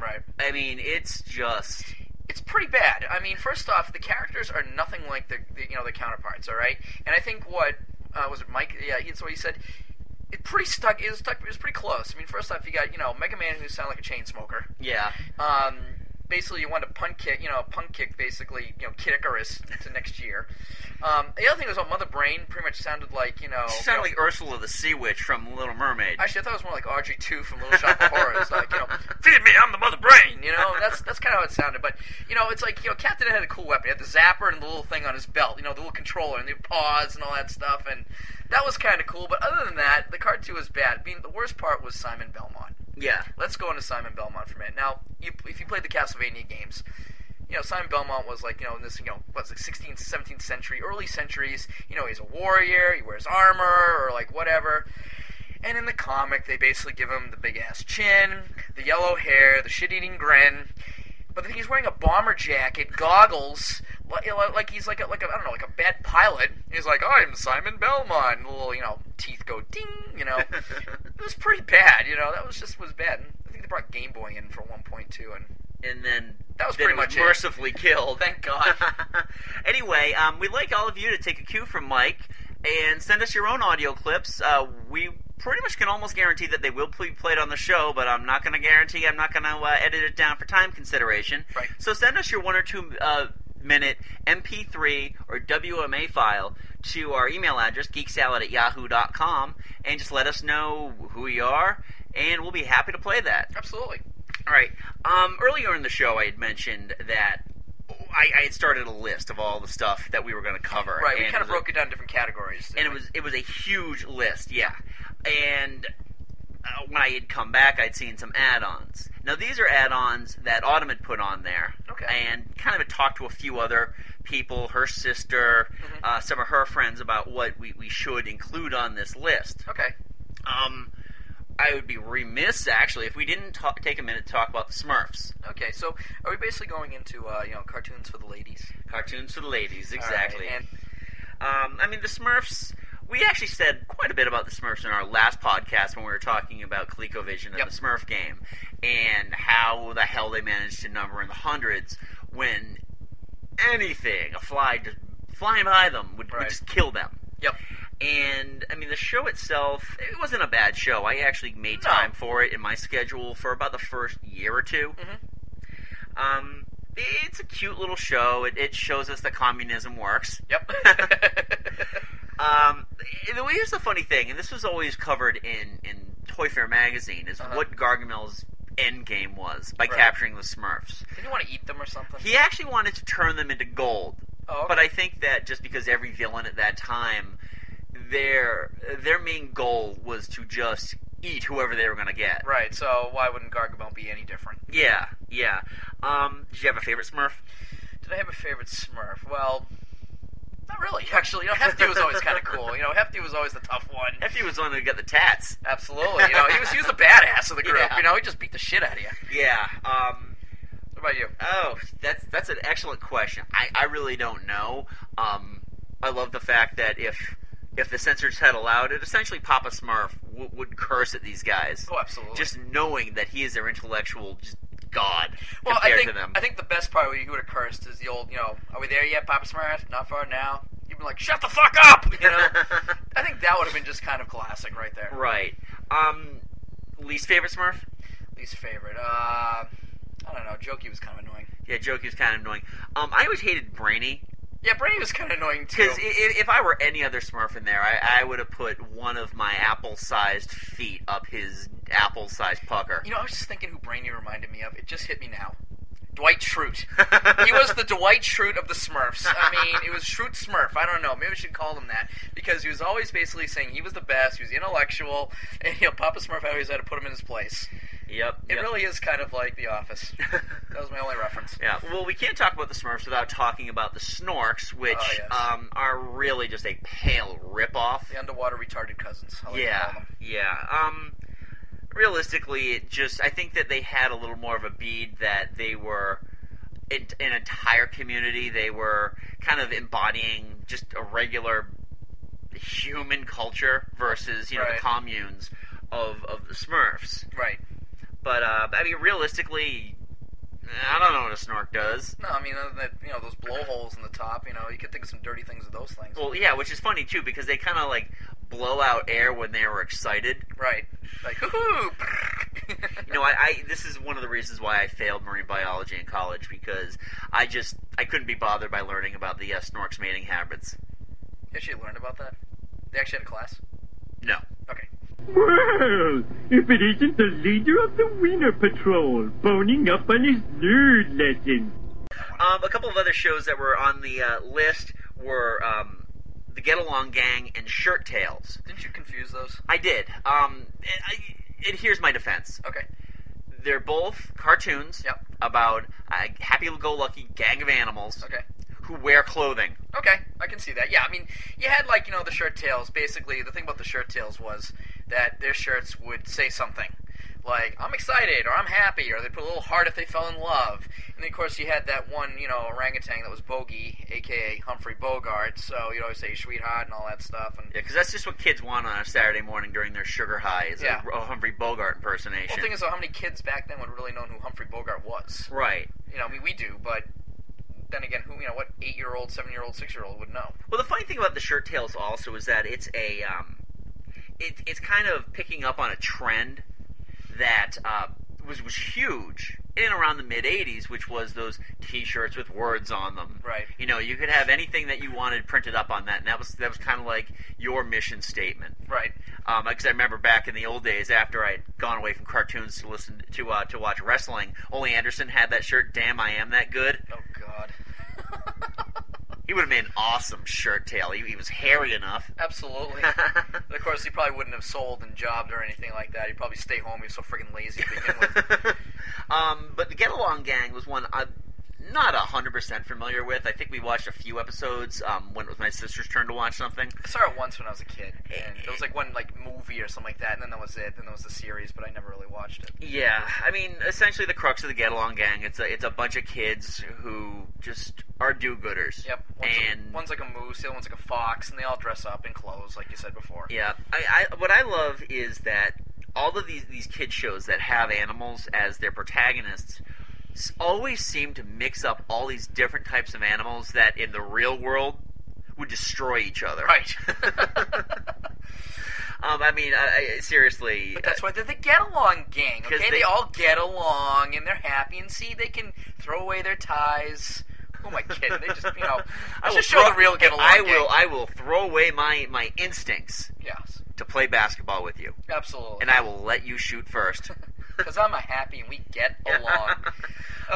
Right. I mean, it's just It's pretty bad. I mean, first off, the characters are nothing like the, the you know the counterparts. All right. And I think what uh, was it, Mike? Yeah, that's what he said. It pretty stuck. It was stuck. It was pretty close. I mean, first off, you got you know Mega Man who sounded like a chain smoker. yeah. um, basically you want to punt kick, you know, punt kick basically, you know, Kid Icarus to next year. Um, the other thing was, on Mother Brain pretty much sounded like, you know, She sounded you like know- Ursula the Sea Witch from Little Mermaid. Actually, I thought it was more like RG2 from Little Shop of Horrors, like you know, feed me, I'm the Mother Brain. You know, that's that's kind of how it sounded. But you know, it's like you know, Captain had a cool weapon, he had the zapper and the little thing on his belt, you know, the little controller and the paws and all that stuff, and that was kind of cool. But other than that, the cartoon was bad. I mean, the worst part was Simon Belmont. yeah. Let's go into Simon Belmont for a minute. Now, you, if you played the Castlevania games, you know, Simon Belmont was like, you know, in this, you know, what's like 16th, 17th century, early centuries, you know, he's a warrior, he wears armor, or like whatever. And in the comic, they basically give him the big ass chin, the yellow hair, the shit eating grin. But then he's wearing a bomber jacket, goggles, li- you know, like he's like a, like a, I don't know, like a bad pilot. He's like, I'm Simon Belmont. Little you know, teeth go ding. You know, it was pretty bad. You know, that was just was bad. And I think they brought Game Boy in for one point two, and and then That was then pretty was much it. mercifully killed. Thank God. anyway, um, we'd like all of you to take a cue from Mike and send us your own audio clips. Uh, we pretty much can almost guarantee that they will be played on the show, but I'm not going to guarantee. I'm not going to uh, edit it down for time consideration. Right. So send us your one or two. Uh, minute mp3 or wma file to our email address geeksalad at yahoo.com and just let us know who you are and we'll be happy to play that absolutely. all right. Um, earlier in the show, I had mentioned that I, I had started a list of all the stuff that we were going to cover. Right, we and kind of was a- broke it down in different categories. and it was it was a huge list, yeah. And uh, when I had come back, I'd seen some add-ons. Now these are add-ons that Autumn had put on there, Okay. and kind of had talked to a few other people, her sister, Mm-hmm. uh, some of her friends about what we, we should include on this list. okay. Um, I would be remiss actually if we didn't ta- take a minute to talk about the Smurfs. Okay, so are we basically going into uh, you know cartoons for the ladies? Cartoons for the ladies, exactly. All right, and um, I mean, the Smurfs. We actually said quite a bit about the Smurfs in our last podcast when we were talking about ColecoVision and Yep. the Smurf game and how the hell they managed to number in the hundreds when anything, a fly just flying by them, would, would Right. just kill them. yep. And I mean, the show itself, it wasn't a bad show. I actually made No. time for it in my schedule for about the first year or 2 Mm-hmm. Um, it's a cute little show. It, it shows us that communism works. Yep. um, and the- here's the funny thing, and this was always covered in in Toy Fair magazine, is Uh-huh. what Gargamel's end game was by Right. capturing the Smurfs. Did you want to eat them or something? He actually wanted to turn them into gold, Oh, okay. but I think that just because every villain at that time, their their main goal was to just eat whoever they were going to get. right. So why wouldn't Gargamel be any different? Yeah, yeah. Um, did you have a favorite Smurf? Did I have a favorite Smurf? Well, not really. Actually, you know, Hefty was always kind of cool. You know, Hefty was always the tough one. Effie was the one who got the tats. Absolutely. You know, he was he was the badass of the group. Yeah. You know, he just beat the shit out of you. Yeah. Um, What about you? Oh, that's that's an excellent question. I, I really don't know. Um, I love the fact that if if the censors had allowed it, essentially Papa Smurf w- would curse at these guys. Oh, absolutely. Just knowing that he is their intellectual just god well, I compared think to them. I think the best part where you would have cursed is the old, you know, are we there yet, Papa Smurf? Not far now. You'd be like, shut the fuck up. You know, I think that would have been just kind of classic right there. right. Um, least favorite Smurf? Least favorite. Uh, I don't know. Jokey was kind of annoying. Yeah, Jokey was kind of annoying. Um, I always hated Brainy. Yeah, Brainy was kind of annoying too. Because if, if I were any other Smurf in there, I, I would have put one of my apple-sized feet up his apple-sized pucker. you know, I was just thinking who Brainy reminded me of. It just hit me now. Dwight Schrute. he was the Dwight Schrute of the Smurfs. I mean, it was Schrute Smurf. I don't know. Maybe we should call him that because he was always basically saying he was the best. He was intellectual, and you know, Papa Smurf always had to put him in his place. Yep. It yep. really is kind of like The Office. that was my only reference. Yeah, well, we can't talk about the Smurfs without talking about the Snorks, which Oh, yes. um, are really just a pale ripoff. The underwater retarded cousins. I like to call yeah, them. yeah. Um, realistically, it just I think that they had a little more of a bead that they were an an entire community. They were kind of embodying just a regular human culture versus you know Right. the communes of of the Smurfs. Right. But uh, I mean, realistically, I don't know what a Snork does. No, I mean, other than that, you know, those blowholes in the top. You know, you could think of some dirty things with those things. Well, yeah, which is funny too because they kind of like blow out air when they were excited. Right. Like, hoo-hoo. You know, I, I this is one of the reasons why I failed marine biology in college because I just I couldn't be bothered by learning about the uh, snorks mating habits. You actually learned about that? They actually had a class? No. Okay. Well, if it isn't the leader of the Wiener Patrol boning up on his nerd lesson. Um, a couple of other shows that were on the uh, list were um, the Get Along Gang and Shirt Tails. Didn't you confuse those? I did. Um, and, I, and here's my defense. Okay. They're both cartoons Yep. about a happy-go-lucky gang of animals Okay. who wear clothing. Okay, I can see that. Yeah, I mean, you had like you know the shirt tails. Basically, the thing about the shirt tails was that their shirts would say something. Like, I'm excited, or I'm happy, or they put a little heart if they fell in love. And then, of course, you had that one, you know, orangutan that was Bogey, a.k.a. Humphrey Bogart, so you'd always say sweetheart and all that stuff. And Yeah, because that's just what kids want on a Saturday morning during their sugar high is Yeah. a, a Humphrey Bogart impersonation. the thing is, though, how many kids back then would really known who Humphrey Bogart was? right. You know, I mean, we do, but then again, who, you know, what eight year old, seven year old, six year old would know? Well, the funny thing about the shirt tails also is that it's a, um, it, it's kind of picking up on a trend that uh, was was huge in and around the mid '80s, which was those T-shirts with words on them. Right. You know, you could have anything that you wanted printed up on that, and that was that was kind of like your mission statement. Right. Um, because I remember back in the old days, after I'd gone away from cartoons to listen to uh, to watch wrestling, Ole Anderson had that shirt. Damn, I am that good. Oh, God. He would have made an awesome shirt tail. He, he was hairy enough. Absolutely. And of course, he probably wouldn't have sold and jobbed or anything like that. He'd probably stay home. He was so freaking lazy to begin with. um, but the Get Along Gang was one I'm not hundred percent familiar with. I think we watched a few episodes um, when it was my sister's turn to watch something. I saw it once when I was a kid, and it was like one like movie or something like that, and then that was it. Then there was the series, but I never really watched it. Yeah, I mean, essentially the crux of the Get Along Gang it's a it's a bunch of kids who just are do-gooders. Yep. One's, and a, one's like a moose, the other one's like a fox, and they all dress up in clothes, like you said before. Yeah, I, I what I love is that all of these these kid shows that have animals as their protagonists s- always seem to mix up all these different types of animals that in the real world would destroy each other. Right. Um, I mean, I, I, seriously. uh, But that's why they're the get along gang. 'Cause Okay, they, they- all get along and they're happy, and see, they can throw away their ties. Who am I kidding? They just, you know, I will just show throw- the real get along. I gang. will. I will throw away my my instincts Yes, to play basketball with you, absolutely. and I will let you shoot first. Because I'm a happy and we get along.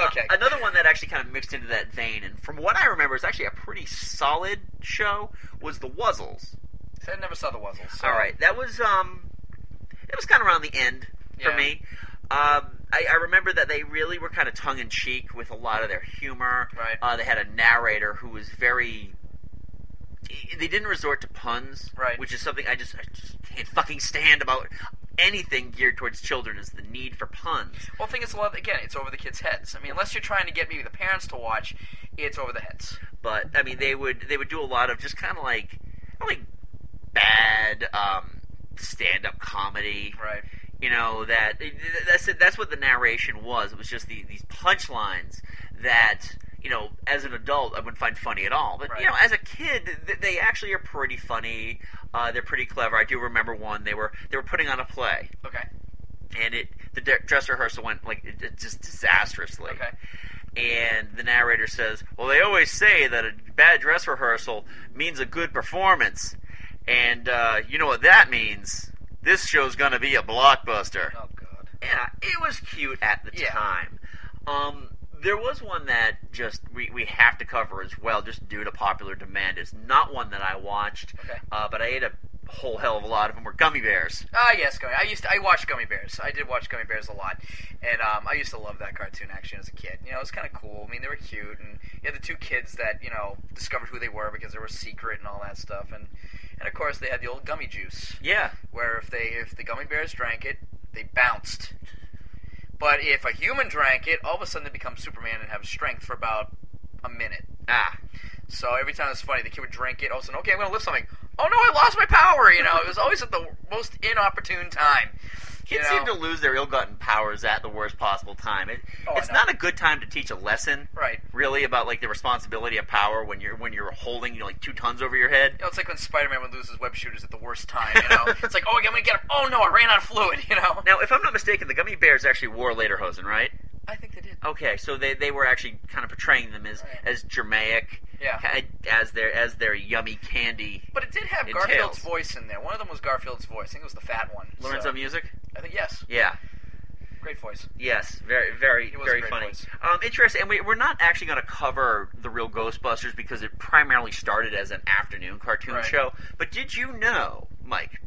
Okay. Another one that actually kind of mixed into that vein, and from what I remember, is actually a pretty solid show. Was the Wuzzles? I never saw the Wuzzles. so- All right, that was um, it was kind of around the end for Yeah. me. Um, I, I remember that they really were kind of tongue in cheek with a lot of their humor. Right. Uh, they had a narrator who was very. They didn't resort to puns, Right. Which is something I just, I just can't fucking stand about anything geared towards children is the need for puns. Well, the thing is, a lot of- again, it's over the kids' heads. I mean, unless you're trying to get maybe the parents to watch, it's over the heads. but I mean they would they would do a lot of just kind of like not like bad um, stand up comedy, Right. You know that that's it, that's what the narration was. It was just the, these punchlines that you know as an adult I wouldn't find funny at all, but Right. you know as a kid th- they actually are pretty funny. Uh, they're pretty clever. I do remember one they were they were putting on a play Okay. and it the de- dress rehearsal went like it, it just disastrously. Okay. And the narrator says, "Well, they always say that a bad dress rehearsal means a good performance, and uh, you know what that means? This show's going to be a blockbuster." Oh God. Yeah, it was cute at the Yeah. time. Um, there was one that just we, we have to cover as well, just due to popular demand. It's not one that I watched, Okay. uh, but I ate a whole hell of a lot of them. Were gummy bears? Ah, yes, gummy. I used to, I watched Gummy Bears. I did watch Gummy Bears a lot, and um, I used to love that cartoon actually as a kid. You know, it was kind of cool. I mean, they were cute, and you had the two kids that you know discovered who they were because they were secret and all that stuff, and and of course they had the old gummy juice. Yeah, where if they if the gummy bears drank it, they bounced. But if a human drank it, all of a sudden they become Superman and have strength for about a minute. Ah. So every time it's funny, the kid would drink it. All of a sudden, okay, I'm gonna lift something. Oh no, I lost my power. You know, it was always at the most inopportune time. You Kids know? seem to lose their ill-gotten powers at the worst possible time. It, Oh, I it's know. not a good time to teach a lesson, Right. Really about like the responsibility of power when you're when you're holding you know, like two tons over your head. You know, it's like when Spider-Man would lose his web shooters at the worst time. You know, it's like, oh, I'm gonna get him. Oh no, I ran out of fluid. You know. Now, if I'm not mistaken, the gummy bears actually wore lederhosen, right? I think they did. Okay, so they, they were actually kind of portraying them as Right. as Germaic, Yeah. ki- as their as their yummy candy. But it did have It tails. Garfield's voice in there. One of them was Garfield's voice. I think it was the fat one. Lorenzo so- music, I think yes. yeah. Great voice. Yes, very, very, It was a very great funny. voice. Um, interesting, and we, we're not actually going to cover the real Ghostbusters because it primarily started as an afternoon cartoon Right. show. But did you know, Mike,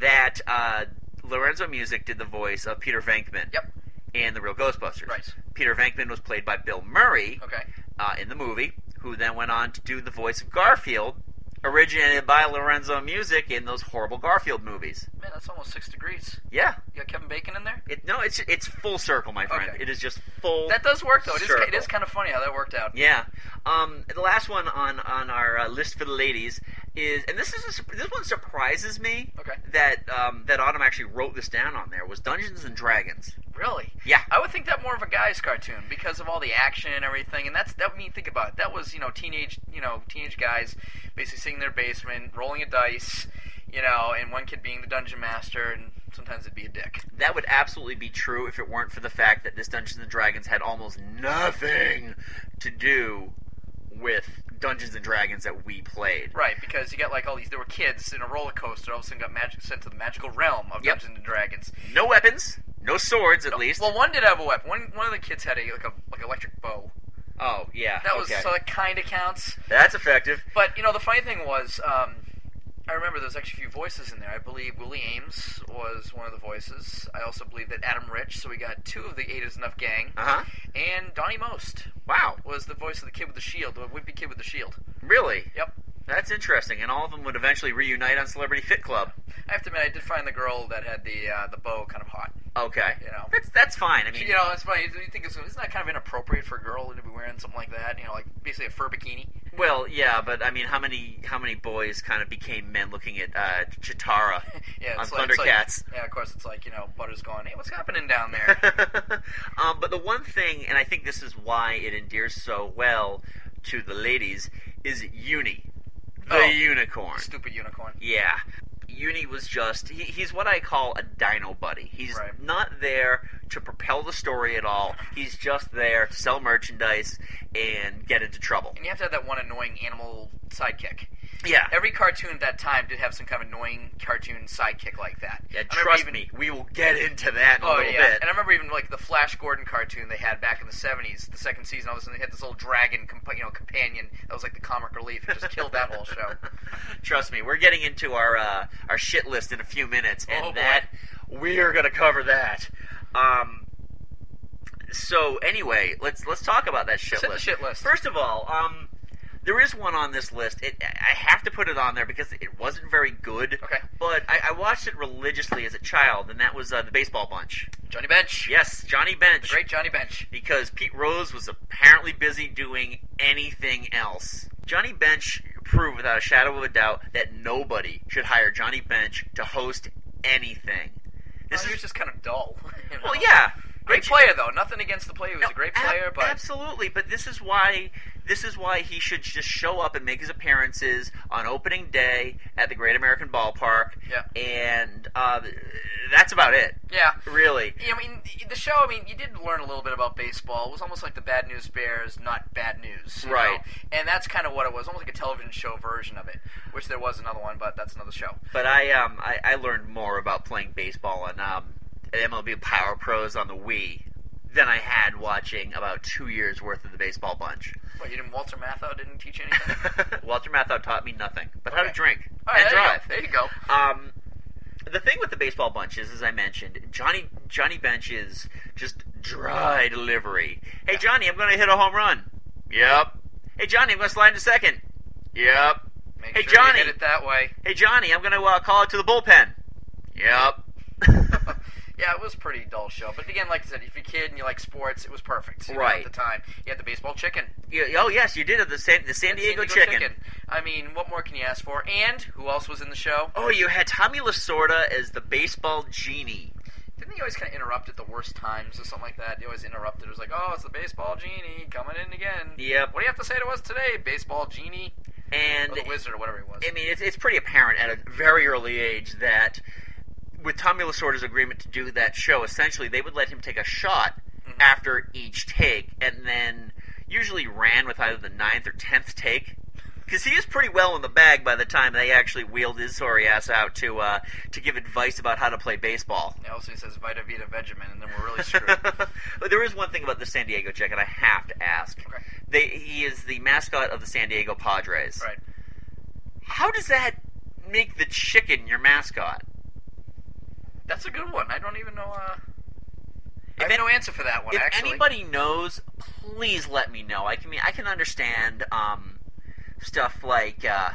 that uh, Lorenzo Music did the voice of Peter Venkman? Yep. In the real Ghostbusters. Right. Peter Venkman was played by Bill Murray Okay. uh, in the movie, who then went on to do the voice of Garfield originated by Lorenzo Music in those horrible Garfield movies. Man, that's almost six degrees. Yeah. You got Kevin Bacon in there? It, no, it's it's full circle, my friend. Okay. It is just full. That does work, though. It is, Circle. it is kind of funny how that worked out. Yeah. Um, the last one on on our uh, list for the ladies is, and this is a, sur- this one surprises me. Okay. That um, that Autumn actually wrote this down on there was Dungeons and Dragons. Really? Yeah. I would think that more of a guy's cartoon because of all the action and everything. And that's that. I mean, think about it. That was you know teenage you know teenage guys basically sitting in their basement rolling a dice, you know, and one kid being the dungeon master, and sometimes it'd be a dick. That would absolutely be true if it weren't for the fact that this Dungeons and Dragons had almost nothing to do with Dungeons and Dragons that we played. Right, because you got like all these. There were kids in a roller coaster. All of a sudden, got magic sent to the magical realm of Yep. Dungeons and Dragons. No weapons, no swords, at least. Well, one did have a weapon. One one of the kids had a like a like electric bow. oh yeah, That was okay. so that kind of counts. That's effective. But you know, the funny thing was, um, I remember there was actually a few voices in there. I believe Willie Ames was one of the voices. I also believe that Adam Rich. So we got two of the Eight Is Enough gang, Uh huh. and Donnie Most Wow. was the voice of the kid with the shield, the wimpy kid with the shield. Really? Yep. That's interesting. And all of them would eventually reunite on Celebrity Fit Club. I have to admit, I did find the girl that had the uh, the bow kind of hot. Okay. You know. That's that's fine. I mean, You know, it's funny. You think it's, isn't that kind of inappropriate for a girl to be wearing something like that? You know, like basically a fur bikini. well, yeah, but I mean, how many how many boys kind of became men looking at uh, Chitara Yeah, on it's like, it's like- Thundercats? yeah, of course, it's like you know, Butter's going, "Hey, what's happening down there?" um, but the one thing, and I think this is why it endears so well to the ladies, is Uni, the Oh. unicorn. Stupid unicorn. Yeah. Uni was just, he, he's what I call a dino buddy. He's Right. not there to propel the story at all. He's just there to sell merchandise and get into trouble. And you have to have that one annoying animal sidekick. Yeah. Every cartoon at that time did have some kind of annoying cartoon sidekick like that. yeah I remember trust even- me, we will get into that in a Oh little yeah, bit. and I remember even like the Flash Gordon cartoon they had back in the '70s, the second season. All of a sudden, they had this little dragon, compa- you know, companion that was like the comic relief. It just killed that whole show. Trust me, we're getting into our uh, our shit list in a few minutes, and Oh, boy. that we are going to cover that. Um, so anyway, let's let's talk about that shit Set the list. shit list. First of all, um, there is one on this list. It, I have to put it on there because it wasn't very good. Okay. But I, I watched it religiously as a child, and that was uh, the Baseball Bunch. Johnny Bench, Yes, Johnny Bench. the great Johnny Bench. Because Pete Rose was apparently busy doing anything else. Johnny Bench proved without a shadow of a doubt that nobody should hire Johnny Bench to host anything. This This he is was just kind of dull. you well, know? yeah, Great Bench- player though. Nothing against the player. He was no, a great ab- player, but absolutely. But this is why this is why he should just show up and make his appearances on opening day at the Great American Ballpark. Yeah. and uh, that's about it, yeah. really. Yeah, I mean the- the show. I mean, you did learn a little bit about baseball. It was almost like the Bad News Bears, not bad news, you Right. know? And that's kind of what it was, almost like a television show version of it. Which there was another one, but that's another show. But I um I, I learned more about playing baseball on um at MLB Power Pros on the Wii than I had watching about two years worth of the baseball bunch. What you didn't? Walter Matthau didn't teach anything. Walter Matthau taught me nothing but how to Okay. drink All right, and there you, go. drive. there you go. Um, the thing with the baseball bunch is, as I mentioned, Johnny Johnny Bench is just dry delivery. Hey Johnny, I'm going to hit a home run. Yep. Hey Johnny, I'm going to slide to second. Yep. Make Hey, sure Johnny. you did it that way. Hey Johnny, I'm going to uh, call it to the bullpen. Yep. Yeah, it was a pretty dull show. But again, like I said, if you're a kid and you like sports, it was perfect. you know, Right. at the time, you had the baseball chicken, You, oh yes, you did have the San, the San San Diego, Diego chicken. I mean, what more can you ask for? And who else was in the show? Oh, you had Tommy Lasorda as the baseball genie. Didn't he always kind of interrupt at the worst times or something like that? He always interrupted. It was like, oh, it's the baseball genie coming in again. Yep. What do you have to say to us today, baseball genie? And Or the wizard or whatever he was. I mean, it's, it's pretty apparent at a very early age that with Tommy Lasorda's agreement to do that show, essentially they would let him take a shot after each take, and then usually ran with either the ninth or tenth take. Because he is pretty well in the bag by the time they actually wheeled his sorry ass out to uh, to give advice about how to play baseball. He also says Vita Vita Vegemin, and then we're really screwed. but there is one thing about the San Diego Chicken I have to ask. Okay. They, he is the mascot of the San Diego Padres. right. How does that make the chicken your mascot? That's a good one. I don't even know. Uh, I If have an- no answer for that one, if actually. anybody knows, please let me know. I can mean I can understand um, stuff like uh,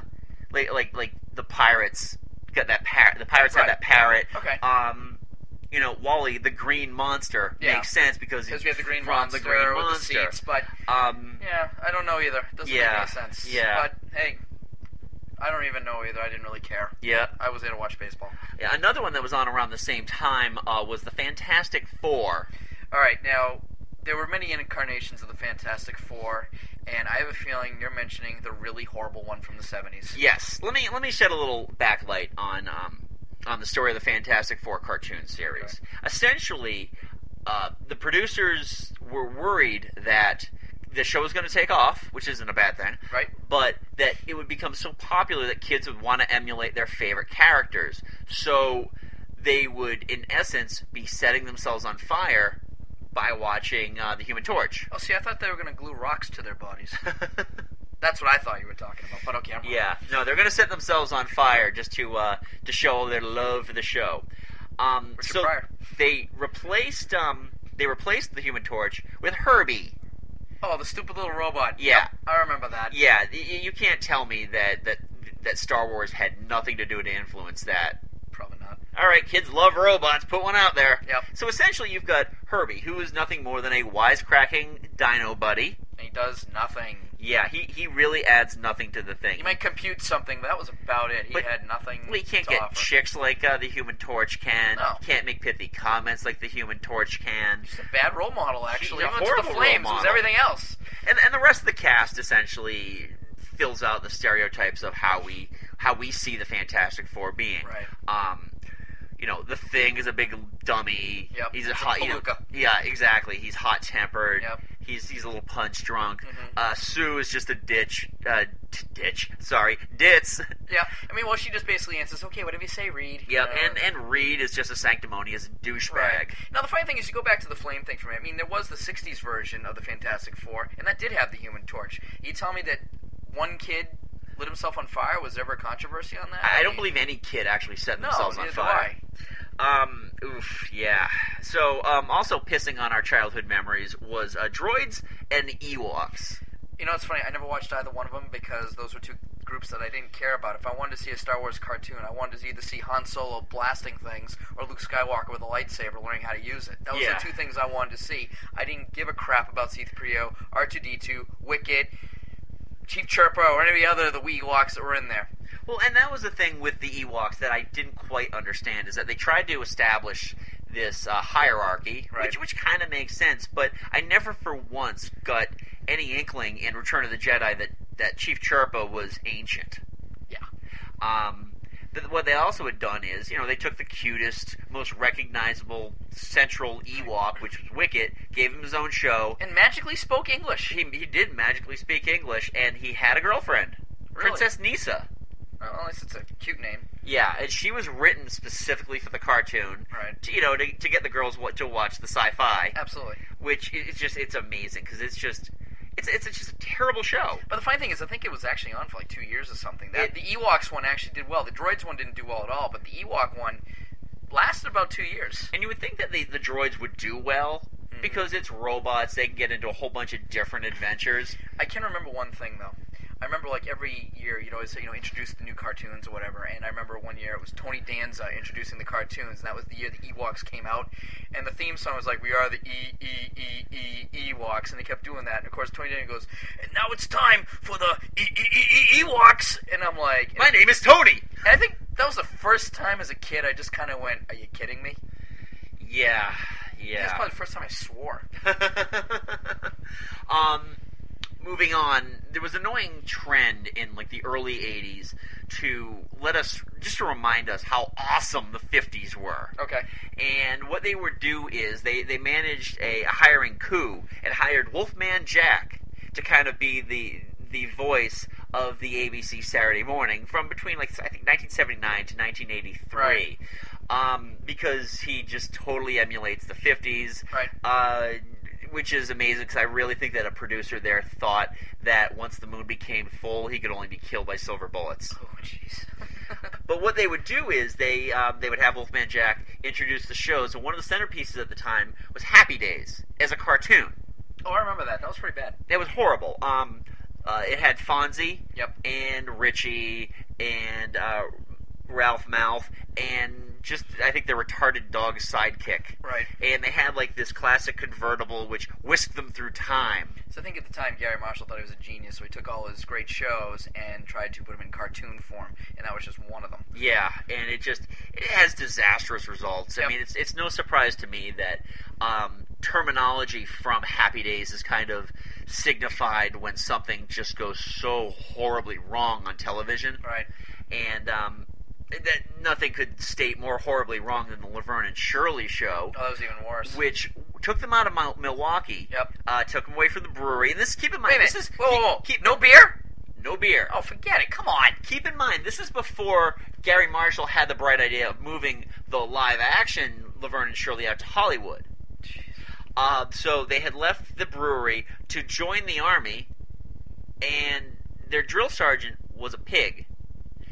like like like the pirates got that parrot. The pirates Right. have that parrot. Okay. Um, you know, Wally, the green monster, Yeah. makes sense because Because he's we have the green from monster, the green with monster. the seats, but um, yeah, I don't know either. Doesn't make Yeah, any sense. yeah. But hey, I don't even know either. I didn't really care. yeah. I was there to watch baseball. Yeah, Another one that was on around the same time uh, was the Fantastic Four. All right, now there were many incarnations of the Fantastic Four, and I have a feeling you're mentioning the really horrible one from the '70s. Yes, let me let me shed a little backlight on um, on the story of the Fantastic Four cartoon series. Essentially, uh, the producers were worried that the show was going to take off, which isn't a bad thing, Right. But that it would become so popular that kids would want to emulate their favorite characters. So they would, in essence, be setting themselves on fire by watching uh, the Human Torch. Oh, see, I thought they were going to glue rocks to their bodies. That's what I thought you were talking about. But okay, I'm wrong. Yeah, no, they're gonna set themselves on fire just to uh, to show their love for the show. Um, Richard so Pryor. they replaced um, they replaced the Human Torch with Herbie. Oh, the stupid little robot. Yeah. Yep, I remember that. Yeah, y- y- you can't tell me that that that Star Wars had nothing to do to influence that. Probably not. All right, kids love robots. Put one out there. Yep. So essentially, you've got Herbie, who is nothing more than a wisecracking dino buddy. And he does nothing. Yeah, he, he really adds nothing to the thing. He might compute something, but that was about it. He But- had nothing. Well, you can't to get offer. chicks like uh, the Human Torch can. No. You can't make pithy comments like the Human Torch can. He's a bad role model, actually. a He went to horrible the role flames. It was model. everything else. And and the rest of the cast essentially fills out the stereotypes of how we how we see the Fantastic Four being. Right. Um, you know, the Thing is a big dummy. Yep, He's a it's a hot. you know- palooka. yeah, exactly. He's hot tempered. Yep. Mm-hmm. He's he's a little punch drunk. Uh, Sue is just a ditch. Uh, t- ditch. Sorry, ditz. Yeah. I mean, well, she just basically answers, "Okay, whatever you say, Reed." Yep, Uh, and and Reed is just a sanctimonious douchebag. Now the funny thing is, you go back to the flame thing for me. I mean, there was the '60s version of the Fantastic Four, and that did have the Human Torch. You tell me that one kid lit himself on fire? Was there ever a controversy on that? I don't mean, believe any kid actually set No, themselves on neither do fire. Um, oof, yeah. So, um, also pissing on our childhood memories was uh, droids and Ewoks. You know, it's funny. I never watched either one of them because those were two groups that I didn't care about. If I wanted to see a Star Wars cartoon, I wanted to either see Han Solo blasting things or Luke Skywalker with a lightsaber learning how to use it. That was Yeah. the two things I wanted to see. I didn't give a crap about C-3PO, R2-D2, Wicket, Chief Chirpa, or any of the other of the Wii walks that were in there. Well, and that was the thing with the Ewoks that I didn't quite understand is that they tried to establish this uh, hierarchy, Right. which which kind of makes sense, but I never for once got any inkling in Return of the Jedi that that Chief Chirpa was ancient. Yeah. Um, but what they also had done is, you know, they took the cutest, most recognizable central Ewok, which was Wicket, gave him his own show. And magically spoke English. He, he did magically speak English, and he had a girlfriend, Really? Princess Nisa. Well, unless it's a cute name. Yeah, and she was written specifically for the cartoon, Right. to, you know, to, to get the girls wa- to watch the sci-fi, Absolutely. which i- it's just it's amazing because it's just it's it's just a terrible show. But the funny thing is, I think it was actually on for like two years or something. That It- the Ewoks one actually did well. The Droids one didn't do well at all, but the Ewok one lasted about two years. And you would think that the, the droids would do well because it's robots. They can get into a whole bunch of different adventures. I can remember one thing though. I remember like every year you'd always you know introduce the new cartoons or whatever, and I remember one year it was Tony Danza introducing the cartoons, and that was the year the Ewoks came out, and the theme song was like "We are the E E E E Ewoks," and they kept doing that, and of course Tony Danza goes, "And now it's time for the E E E E Ewoks," and I'm like, My name is Tony. And I think that was the first time as a kid I just kind of went, "Are you kidding me?" Yeah, That's yeah. probably the first time I swore. um, moving on, there was an annoying trend in like the early '80s to let us just to remind us how awesome the '50s were. Okay. And what they would do is they, they managed a, a hiring coup and hired Wolfman Jack to kind of be the the voice of the ABC Saturday morning from between like I think 1979 to 1983. Right. Um, because he just totally emulates the 50s. Right. Uh, which is amazing because I really think that a producer there thought that once the moon became full, he could only be killed by silver bullets. Oh jeez. But what they would do is they um, they would have Wolfman Jack introduce the shows, and one of the centerpieces at the time was Happy Days as a cartoon. oh, I remember that. That was pretty bad. That was horrible. Um, Uh, it had Fonzie Yep. and Richie and uh, Ralph Mouth and just I think the retarded dog sidekick. Right. And they had like this classic convertible which whisked them through time. So I think at the time Gary Marshall thought he was a genius, so he took all his great shows and tried to put them in cartoon form, and that was just one of them. Yeah, and it just it has disastrous results. I Yep. mean, it's it's no surprise to me that um, terminology from Happy Days is kind of signified when something just goes so horribly wrong on television. Right. And um, that nothing could state more horribly wrong than the Laverne and Shirley show Oh, that was even worse. which took them out of Mil- Milwaukee. Yep. Uh, took them away from the brewery. And this, keep in Wait mind, a minute. this is whoa, whoa, whoa. Keep, keep- no beer? no beer. Oh, forget it. Come on. Keep in mind, this is before Gary Marshall had the bright idea of moving the live action Laverne and Shirley out to Hollywood. Uh, so they had left the brewery to join the army, and their drill sergeant was a pig.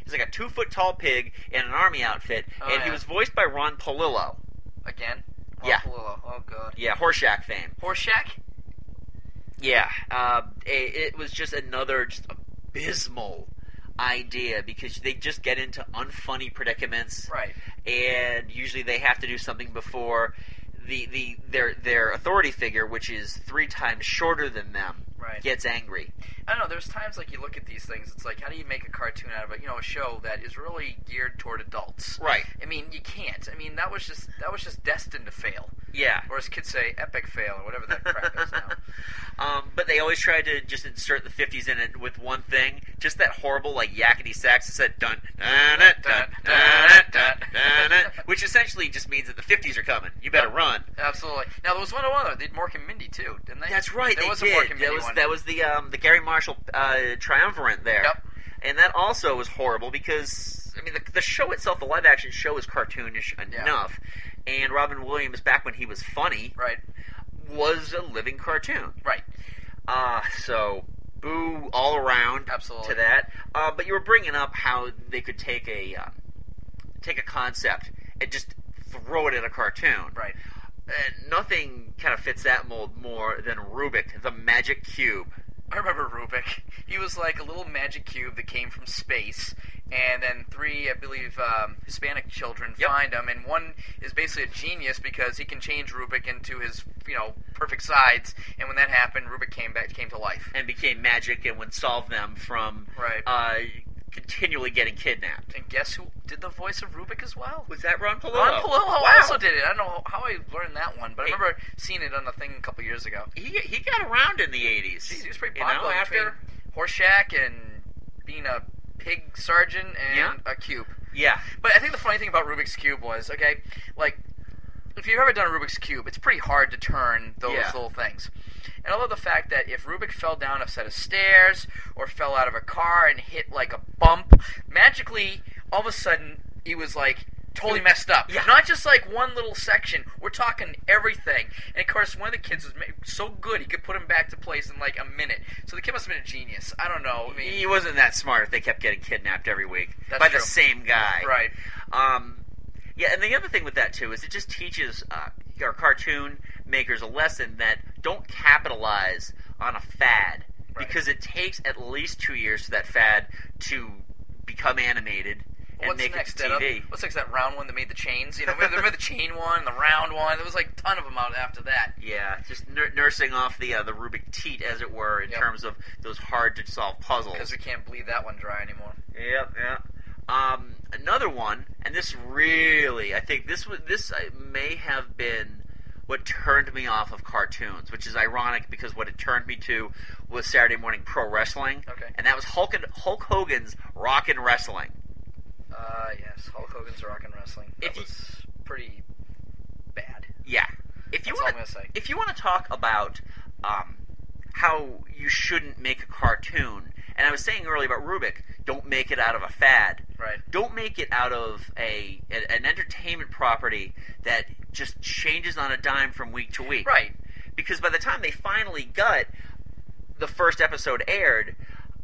He's like a two foot tall pig in an army outfit, Oh, and he yeah. was voiced by Ron Palillo. Again? Oh, Yeah. Palillo. Oh, God. Yeah, Horseshack fame. Horseshack? Yeah, uh, it, it was just another just abysmal idea because they just get into unfunny predicaments, Right. and usually they have to do something before the the their their authority figure, which is three times shorter than them, Right. gets angry. I don't know. There's times like you look at these things. It's like, how do you make a cartoon out of a you know a show that is really geared toward adults? Right. I mean, you can't. I mean, that was just that was just destined to fail, Yeah. or as kids say, epic fail, or whatever that crap is now. Um, but they always tried to just insert the fifties in it with one thing, just that horrible like yakety sax that said dun dun dun dun dun dun, dun, dun, which essentially just means that the fifties are coming. You better run. Absolutely. Now there was one other. They did Mork and Mindy too, didn't they? That's right. There they was did. a Mork and that Mindy was one. that was the um, the Gary Marshall uh, triumvirate there. Yep. And that also was horrible because I mean the, the show itself, the live action show, is cartoonish Yeah. enough, and Robin Williams back when he was funny right. was a living cartoon. Right. Uh, so boo all around Absolutely. to that. Uh, but you were bringing up how they could take a uh, take a concept and just throw it in a cartoon. Right. And nothing kind of fits that mold more than Rubik, the magic cube. I remember Rubik. He was like a little magic cube that came from space, and then three, I believe, um, Hispanic children Yep. find him, and one is basically a genius because he can change Rubik into his, you know, perfect sides. And when that happened, Rubik came back, came to life. And became magic and would solve them from Right. uh, continually getting kidnapped. And guess who did the voice of Rubik as well? Was that Ron Palillo? Ron Palillo Wow. also did it. I don't know how I learned that one, but I Hey. remember seeing it on a thing a couple years ago. He, he got around in the 80s. Jeez, he was pretty You know, popular. after, between Horseshack and being a pig sergeant and Yeah. a cube. yeah. But I think the funny thing about Rubik's Cube was, okay, like, if you've ever done a Rubik's Cube, it's pretty hard to turn those Yeah. little things. And I love the fact that if Rubik fell down a set of stairs or fell out of a car and hit, like, a bump, magically, all of a sudden, he was, like, totally messed up. Yeah. Not just, like, one little section. We're talking everything. And, of course, one of the kids was ma- so good, he could put him back to place in, like, a minute. So the kid must have been a genius. I don't know. I mean, he wasn't that smart if they kept getting kidnapped every week That's by the true. same guy. Right. Um, yeah, and the other thing with that too is it just teaches uh, our cartoon makers a lesson that don't capitalize on a fad Right. because it takes at least two years for that fad to become animated and What's make next? it to that TV. other- what's next? That round one that made the chains. You know, remember, remember the chain one, the round one. There was like a ton of them out after that. yeah, just nur- nursing off the uh, the Rubik teat, as it were, in Yep. terms of those hard to solve puzzles. Because we can't bleed that one dry anymore. Yep, yep. Um, another one, and this really, I think this was this uh, may have been what turned me off of cartoons, which is ironic because what it turned me to was Saturday morning pro wrestling, Okay. and that was Hulk and, Hulk Hogan's Rockin' Wrestling. Uh, yes, Hulk Hogan's Rock and Wrestling. That If you- was pretty bad. Yeah. If you That's all I'm want to gonna say. if you want to talk about um, how you shouldn't make a cartoon, and I was saying earlier about Rubik, don't make it out of a fad. Right. Don't make it out of a a- an entertainment property that just changes on a dime from week to week. Right. Because by the time they finally got the first episode aired,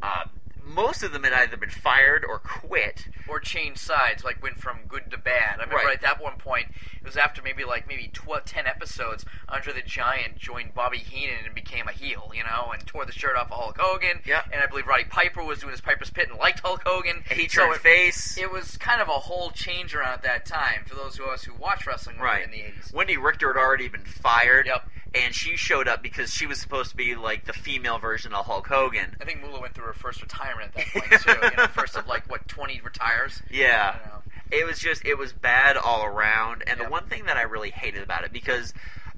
uh, most of them had either been fired or quit. or change sides, like went from good to bad. I remember Right. at that one point, it was after maybe like maybe tw- ten episodes, Andre the Giant joined Bobby Heenan and became a heel, you know, and tore the shirt off of Hulk Hogan. Yeah. And I believe Roddy Piper was doing his Piper's Pit and liked Hulk Hogan. And he So turned it- face. It was kind of a whole change around at that time for those of us who watched wrestling Right. in the eighties. Wendy Richter had already been fired. Yep. And she showed up because she was supposed to be like the female version of Hulk Hogan. I think Moolah went through her first retirement at that point too. you know, first of like what twenty retires. Yeah. I know. It was just it was bad all around. And the Yep. one thing that I really hated about it because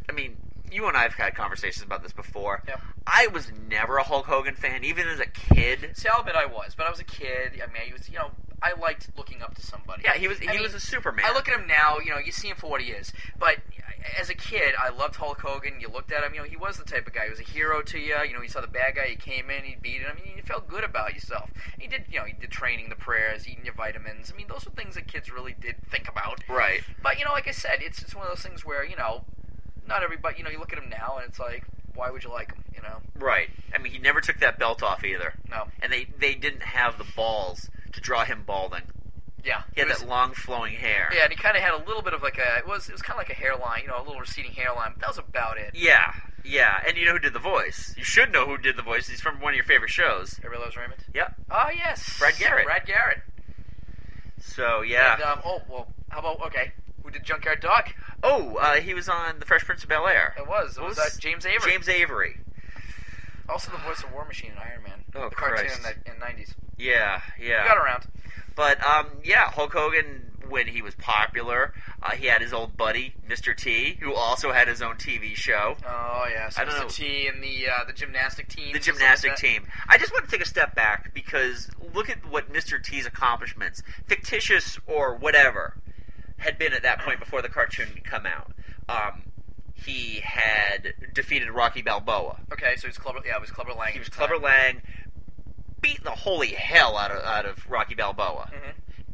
I mean, you and I have had conversations about this before. Yep. I was never a Hulk Hogan fan, even as a kid. See, I'll admit I was, but I was a kid. I mean, I was, you know, I liked looking up to somebody. Yeah, he was- I he was a Superman. I look at him now, you know, you see him for what he is. But uh, as a kid, I loved Hulk Hogan. You looked at him, you know, he was the type of guy. He was a hero to you. You know, you saw the bad guy, you came in, he beat him. I mean, you felt good about yourself. He did, you know, he did training, the prayers, eating your vitamins. I mean, those were things that kids really did think about. Right. But you know, like I said, it's it's one of those things where you know, not everybody. You know, you look at him now, and it's like, why would you like him? You know. Right. I mean, he never took that belt off either. No. And they they didn't have the balls to draw him balding. Yeah. He had It was- that long flowing hair. Yeah, and he kind of had a little bit of like a it was it was kind of like a hairline, you know, a little receding hairline. But that was about it. Yeah, yeah. And you know who did the voice? You should know who did the voice. He's from one of your favorite shows. Everybody loves Raymond. Yep. Oh yes, Brad Garrett. Brad Garrett. So yeah. And, um, oh well, how about okay? Who did Junkyard Dog? oh, uh, he was on The Fresh Prince of Bel Air. It was it was, uh, James Avery. James Avery. also the voice of War Machine and Iron Man. Oh, the cartoon Christ. in the nineties. Yeah, yeah. Got around. But um, yeah, Hulk Hogan when he was popular, uh, he had his old buddy Mr. T, who also had his own TV show. Oh yeah, so I don't Mr. know. T and the uh, the gymnastic team. the gymnastic team. I just want to take a step back because look at what Mr. T's accomplishments, fictitious or whatever, had been at that point before the cartoon had come out. Um, he had defeated Rocky Balboa. Okay, so it was Clubber. Yeah, it was Clubber Lang. He at was the Clever time. Lang, beating the holy hell out of out of Rocky Balboa.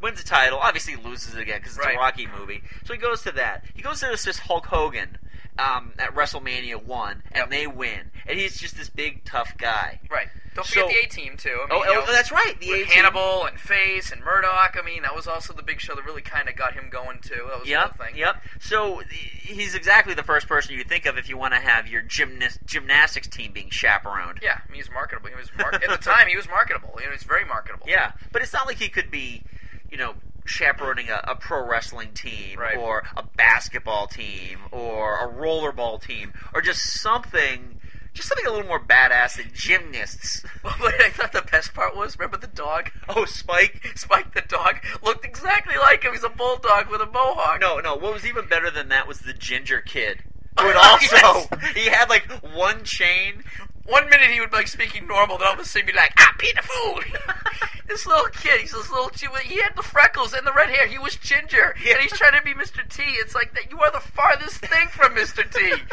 Wins the title, obviously loses it again because it's Mm-hmm. Right. a Rocky movie. So he goes to that. He goes to assist Hulk Hogan um, at WrestleMania one, and Yep. they win. And he's just this big tough guy. Right. Don't So- forget the A team too. I mean, Oh, you know, oh, that's right. The with A-Team. Hannibal and Face and Murdoch. I mean, that was also the big show that really kind of got him going too. That was Yep. the thing. Yep. So th- he's exactly the first person you think of if you want to have your gymnast gymnastics team being chaperoned. Yeah, I mean, he's marketable. He was mar- at the time he was marketable. You know, he's very marketable. Yeah. But it's not like he could be, you know, chaperoning a, a pro wrestling team Right. or a basketball team or a rollerball team or just something, just something a little more badass than gymnasts. but I thought the best part was remember the dog. Oh, Spike. Spike the dog looked exactly like him. He's a bulldog with a mohawk. No, no. What was even better than that was the ginger kid. Who had also he had like one chain One minute he would be like speaking normal, then all of a sudden he'd be like, "I Peter Food." this little kid, he's this little chi- He had the freckles and the red hair. He was ginger, and he's trying to be Mr. T. It's like that. You are the farthest thing from Mr. T.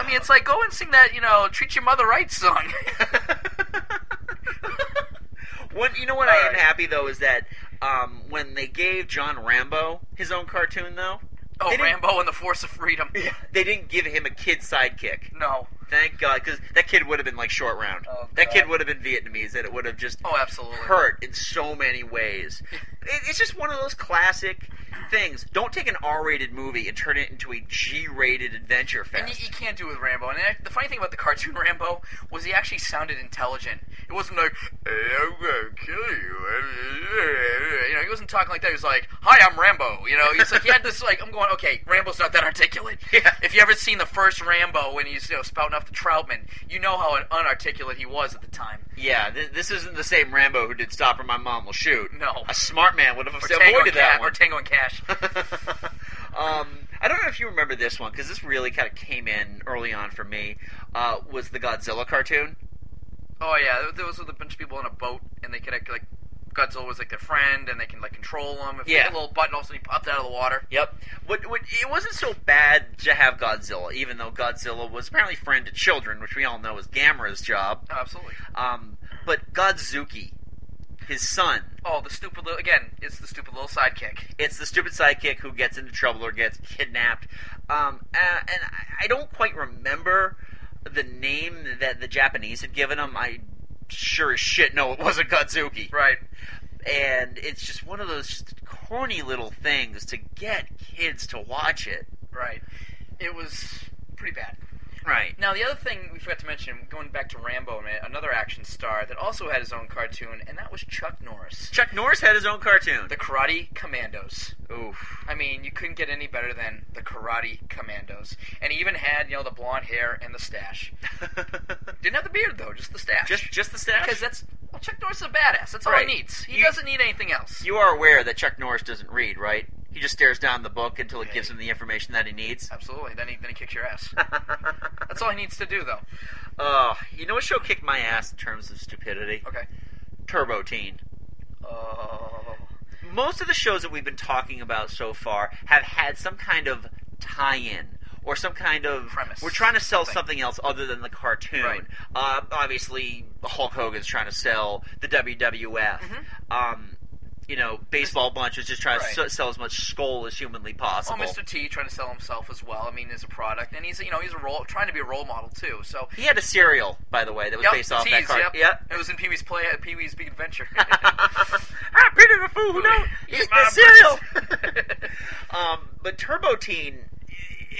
I mean, it's like go and sing that, you know, "Treat Your Mother Right" song. When, you know what All I am right. happy though is that um, when they gave John Rambo his own cartoon though, oh, They didn't- Rambo and the Force of Freedom. they didn't give him a kid sidekick. No. Thank God, because that kid would have been like short round. Oh, that God. kid would have been Vietnamese, and it would have just Oh, absolutely. hurt in so many ways. It, it's just one of those classic things. Don't take an R-rated movie and turn it into a G-rated adventure And you, fest. you can't do it with Rambo. And the funny thing about the cartoon Rambo was he actually sounded intelligent. It wasn't like, "Hey, I'm gonna kill you. You know, he wasn't talking like that. He was like, hi, I'm Rambo. You know, he's like, he had this, like, I'm going, okay, Rambo's not that articulate. Yeah. If you ever seen the first Rambo when he's, you know, spouting off the Troutman, you know how unarticulate he was at the time. yeah, th- this isn't the same Rambo who did "Stop or My Mom Will Shoot." No. a smart man would have Or Tango, and avoided that Cash, one. or Tango and Cash. um, I don't know if you remember this one because this really kind of came in early on for me. Uh, was the Godzilla cartoon? Oh yeah, there- there was a bunch of people on a boat, and they could like, like Godzilla was like their friend, and they can like control him. If Yeah. they hit a little button, all of a sudden he popped out of the water. Yep. What, what, it wasn't so bad to have Godzilla, even though Godzilla was apparently friend to children, which we all know is Gamera's job. Absolutely. Um, but Godzuki, his son, Oh, the stupid little again. It's the stupid little sidekick. it's the stupid sidekick who gets into trouble or gets kidnapped. Um, uh, and I- I don't quite remember the name that the Japanese had given him. I sure as shit no, it wasn't Godzuki. Right. And it's just one of those corny little things to get kids to watch it. Right. It was pretty bad. Right. Now, the other thing we forgot to mention, going back to Rambo, a minute, another action star that also had his own cartoon, and that was Chuck Norris. Chuck Norris had his own cartoon. The Karate Commandos. Oof. I mean, you couldn't get any better than the Karate Commandos. And he even had, you know, the blonde hair and the stash. Didn't have the beard, though, just the stash. just just the stash. Because that's. Well, Chuck Norris is a badass. That's all Right. he needs. He You- doesn't need anything else. you are aware that Chuck Norris doesn't read, right? He just stares down the book until it gives him the information that he needs. Absolutely. Then he, then he kicks your ass. that's all he needs to do, though. Oh, you know what show kicked my ass in terms of stupidity? Okay. Turbo Teen. Oh. Most of the shows that we've been talking about so far have had some kind of tie-in or some kind of Premise. We're trying to sell Something. something else other than the cartoon. Right. Uh, obviously, Hulk Hogan's trying to sell the WWF. Um, you know, baseball bunch is just trying Mm-hmm. to Right. s- sell as much skull as humanly possible. Well, Mr. T trying to sell himself as well. I mean, as a product, and he's you know he's a role trying to be a role model too. So He had a cereal, by the way, that was Yep, based off T's, that card. Yep. Yep. It was in Pee Wee's Play, uh, Pee Wee's Big Adventure. I Peter the Fool who don't Eat eat my the cereal. um, but Turbo Teen,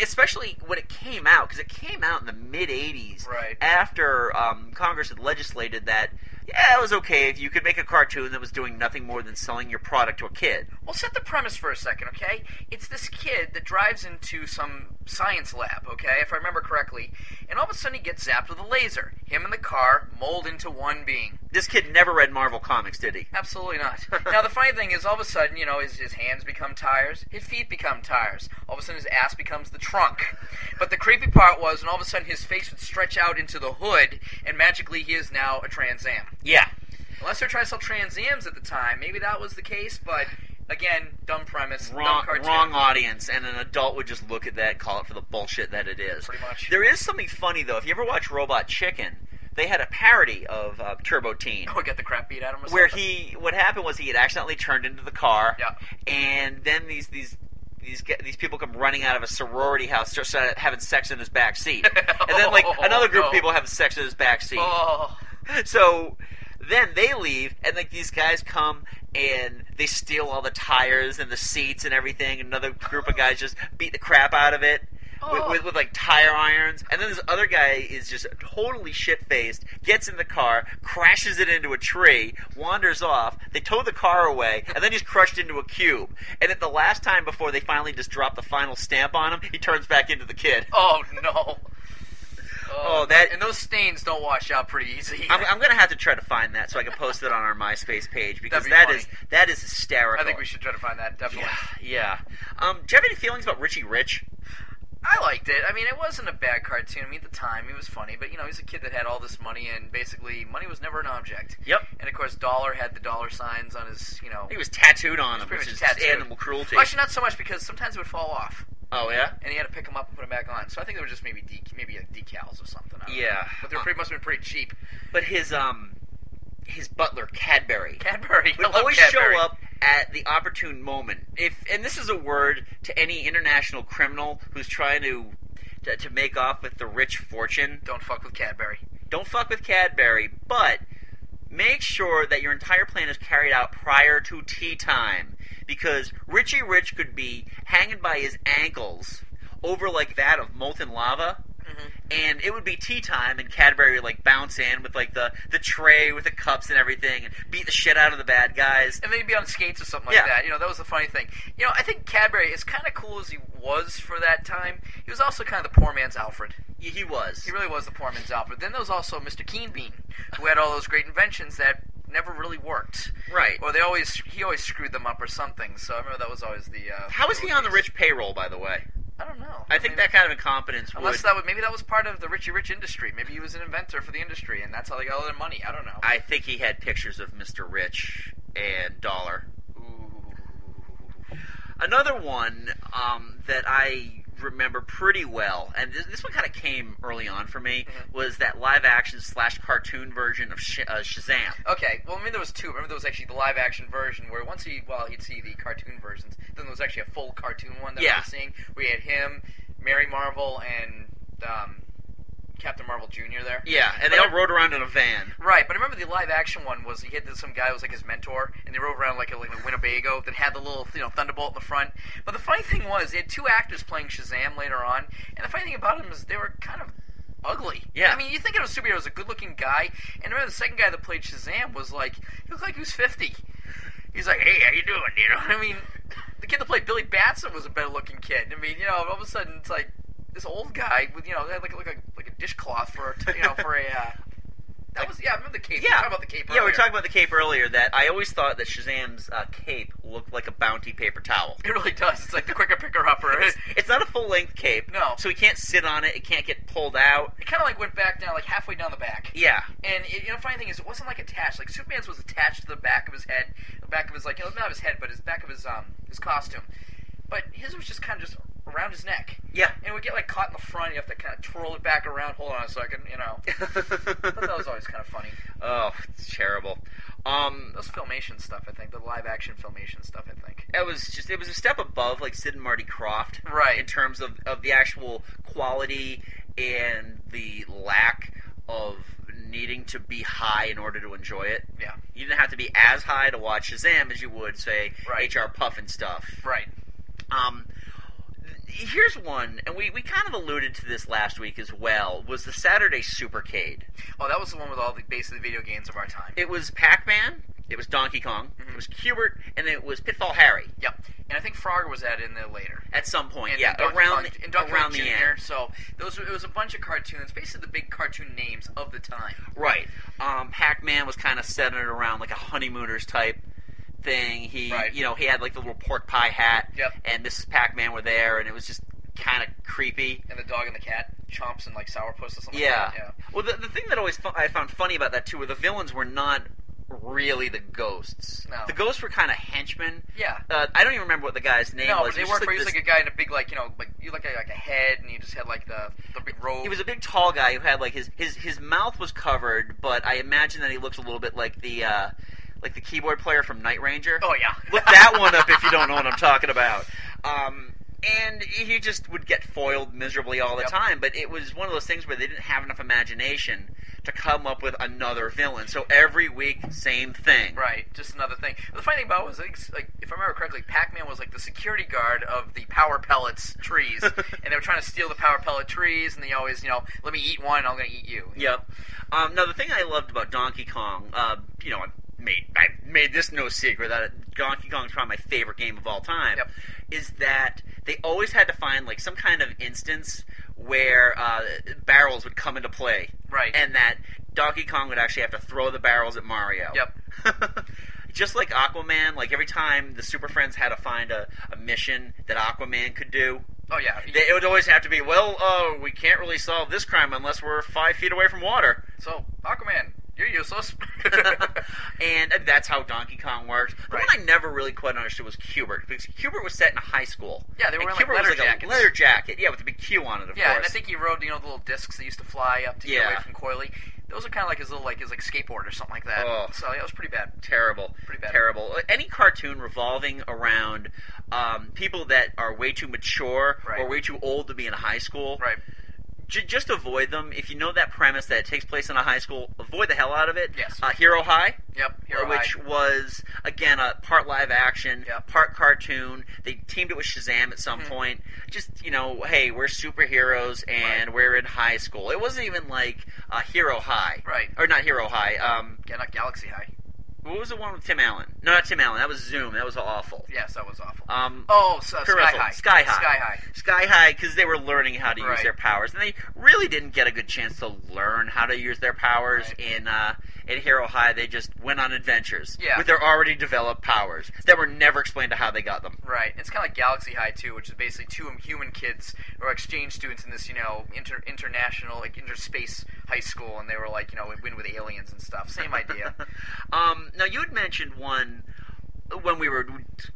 especially when it came out, because it came out in the mid '80s, Right. after um, Congress had legislated that. Yeah, it was okay if you could make a cartoon that was doing nothing more than selling your product to a kid. well, set the premise for a second, okay? It's this kid that drives into some science lab, okay, if I remember correctly, and all of a sudden he gets zapped with a laser. Him and the car mold into one being. This kid never read Marvel comics, did he? Absolutely not. now the funny thing is, all of a sudden, you know, his, his hands become tires, his feet become tires. All of a sudden, his ass becomes the trunk. But the creepy part was, and all of a sudden, his face would stretch out into the hood, and magically, he is now a Trans Am. Yeah. Unless they're trying to sell Trans Ams at the time, maybe that was the case. But again, dumb premise, dumb wrong, cartoon. wrong audience, and an adult would just look at that, and call it for the bullshit that it is. Pretty much. There is something funny though. If you ever watch Robot Chicken, they had a parody of uh, Turbo Teen. Oh, get the crap beat out of him. or Where something. he, what happened was he had accidentally turned into the car, Yeah. and then these these these ge- these people come running out of a sorority house, just uh, having sex in his back seat, and then like Oh, another group no. of people having sex in his back seat Oh, so then they leave and like these guys come and they steal all the tires and the seats and everything another group of guys just beat the crap out of it with, Oh. with, with like tire irons and then this other guy is just totally shit-faced gets in the car crashes it into a tree wanders off they tow the car away and then he's crushed into a cube and at the last time before they finally just drop the final stamp on him he turns back into the kid oh no. Oh, that- and those stains don't wash out pretty easy. I'm, I'm gonna have to try to find that so I can post it on our MySpace page because be that funny. is that is hysterical. I think we should try to find that definitely. Yeah. Um, do you have any feelings about Richie Rich? I liked it. I mean, it wasn't a bad cartoon. I mean, at the time, he was funny, but you know, he's a kid that had all this money, and basically, money was never an object. Yep. And of course, Dollar had the dollar signs on his, you know, He was tattooed on him, pretty which much is tattooed. animal cruelty. Well, actually, not so much because sometimes it would fall off, oh yeah. and he had to pick them up and put them back on. So I think they were just maybe dec maybe like decals or something. I don't know. Yeah. But they were pretty must have been pretty cheap. But his um, his butler Cadbury. Cadbury. would I love always Cadbury. show up at the opportune moment. If and this is a word to any international criminal who's trying to to, to make off with the rich fortune. Don't fuck with Cadbury. Don't fuck with Cadbury, but make sure that your entire plan is carried out prior to tea time because Richie Rich could be hanging by his ankles over like that of molten lava. Mm-hmm. And it would be tea time, and Cadbury would like bounce in with like the the tray with the cups and everything, and beat the shit out of the bad guys. and they'd be on skates or something like Yeah. that. You know, that was the funny thing. You know, I think Cadbury, as kind of cool as he was for that time, he was also kind of the poor man's Alfred. He he was. He really was the poor man's Alfred. Then there was also Mr. Keen Bean, who had all those great inventions that never really worked. Right. Or they always he always screwed them up or something. So I remember that was always the. Uh, How is he on the rich payroll, by the way? I don't know. I think mean, that kind of incompetence would. Unless that was maybe that was part of the Richie Rich industry. Maybe he was an inventor for the industry, and that's how they got all their money. I don't know. I think he had pictures of Mr. Rich and Dollar. Another one um, that I remember pretty well, and this, this one kind of came early on for me, Mm-hmm. was that live action slash cartoon version of Sh- uh, Shazam. Okay, well, I mean, there was two. Remember, there was actually the live action version where once he, well, he'd see the cartoon versions. Then there was actually a full cartoon one that Yeah. we were seeing. We had him, Mary Marvel, and um, Captain Marvel Jr. there. Yeah, and they all rode around in a van. Right, but I remember the live action one was he had this, some guy who was like his mentor, and they rode around like a, like a Winnebago that had the little you know thunderbolt in the front. But the funny thing was, they had two actors playing Shazam later on, and the funny thing about him is they were kind of ugly. Yeah. I mean, you think of a superhero as a good looking guy, and I remember the second guy that played Shazam was like he looked like he was fifty. He's like, hey, how you doing? You know, what I mean, the kid that played Billy Batson was a better looking kid. I mean, you know, all of a sudden it's like this old guy with you know they had like like a like a dishcloth for a, you know for a. Uh, that was yeah. I remember the cape. Yeah, we were talking about the cape. Yeah, we earlier. were talking about the cape earlier. That I always thought that Shazam's uh, cape looked like a bounty paper towel. It really does. It's like the quicker picker upper. It, It's, it's not a full length cape. No. so he can't sit on it. It can't get pulled out. kind of like went back down like halfway down the back. Yeah, And it, you know, funny thing is, it wasn't like attached. Like Superman's was attached to the back of his head, the back of his like you know, not his head, but his back of his um his costume. But his was just kind of just around his neck. Yeah. And it would get like caught in the front. You have to kind of twirl it back around. Hold on a second. You know. I thought that was always kind of funny. oh, it's terrible. Um, Those filmation stuff, I think, the live action filmation stuff, I think. it was just it was a step above like Sid and Marty Croft, Right. In terms of of the actual quality and the lack of needing to be high in order to enjoy it. Yeah. You didn't have to be as high to watch Shazam as you would say Right. HR Puff and stuff. Right. Um, th- here's one, and we, we kind of alluded to this last week as well. Was the Saturday Supercade? Oh, that was the one with all the basically video games of our time. It was Pac-Man, it was Donkey Kong, it was Cubert, and it was Pitfall Harry. Mm-hmm. Yep. And I think Frogger was added in there later. At some point, and yeah, Donkey around Kong- the, and Donkey Kong around the Jr. end, So those were, it was a bunch of cartoons, basically the big cartoon names of the time. right? Um, Pac-Man was kind of centered around like a honeymooners type thing. He, Right. you know, he had like the little pork pie hat, Yep. and Mrs. Pac-Man were there, and it was just kind of creepy. And the dog and the cat chomps and like sourpuss or something. Yeah. Like that. Well, the, the thing that always fu- I found funny about that too were the villains were not really the ghosts. No. The ghosts were kind of henchmen. Yeah. Uh, I don't even remember what the guy's name yeah. No, was. but He they was worked just for he was this- like a guy in a big like you know like you like a, like a head and you just had like the the big robe. he was a big tall guy who had like his his his mouth was covered, but I imagine that he looked a little bit like the uh, like the keyboard player from Night Ranger. oh yeah. Look that one up if you don't know what I'm talking about. Um, and he just would get foiled miserably all the Yep. time. But it was one of those things where they didn't have enough imagination to come up with another villain. So every week, same thing. Right, just another thing. The funny thing about it was, I think, like, if I remember correctly, Pac-Man was like the security guard of the power pellets trees, and they were trying to steal the power pellet trees, and they always, you know, let me eat one, I'm gonna eat you. Yep. Um, now the thing I loved about Donkey Kong, uh, you know, I made I made this no secret that Donkey Kong is probably my favorite game of all time. Yep. Is that they always had to find like some kind of instance where uh, barrels would come into play. Right. And that Donkey Kong would actually have to throw the barrels at Mario. Yep. Just like Aquaman, like every time the Super Friends had to find a, a mission that Aquaman could do, Oh yeah. they, it would always have to be, well, uh, we can't really solve this crime unless we're five feet away from water. So, Aquaman, you're useless. and that's how Donkey Kong worked. The Right. one I never really quite understood was Cubert because Cubert was set in a high school. Yeah, they were and wearing, like, Cubert was leather like jackets. a leather jacket. Yeah, with a big Q on it, of yeah, course. and I think he rode, you know, the little discs that used to fly up to Yeah. get away from Coily. Those are kind of like his little, like his like skateboard or something like that. Oh. So yeah, it was pretty bad. terrible, Pretty bad. terrible. Any cartoon revolving around um, people that are way too mature Right. or way too old to be in high school, Right. J- just avoid them. If you know that premise that it takes place in a high school, avoid the hell out of it. Yes. Uh, Hero High. Yep. Hero which High. was again a part live action, Yeah. Mm-hmm. part cartoon. They teamed it with Shazam at some point. Just you know, hey, we're superheroes and we're in high school. It wasn't even like uh, Hero High, Right. Or not Hero High. Um, Yeah, not Galaxy High. what was the one with Tim Allen? No, not Tim Allen. That was Zoom. That was awful. Yes, that was awful. Um, oh, so, Sky Carousel. High. Sky High. Sky High. Sky High, because they were learning how to use Right. their powers, and they really didn't get a good chance to learn how to use their powers Right. in uh, in Hero High. They just went on adventures Yeah. with their already developed powers that were never explained to how they got them. Right. It's kind of like Galaxy High too, which is basically two human kids or exchange students in this, you know, inter- international, like interspace high school, and they were like, you know, in with aliens and stuff. Same idea. Um, now you had mentioned one when we were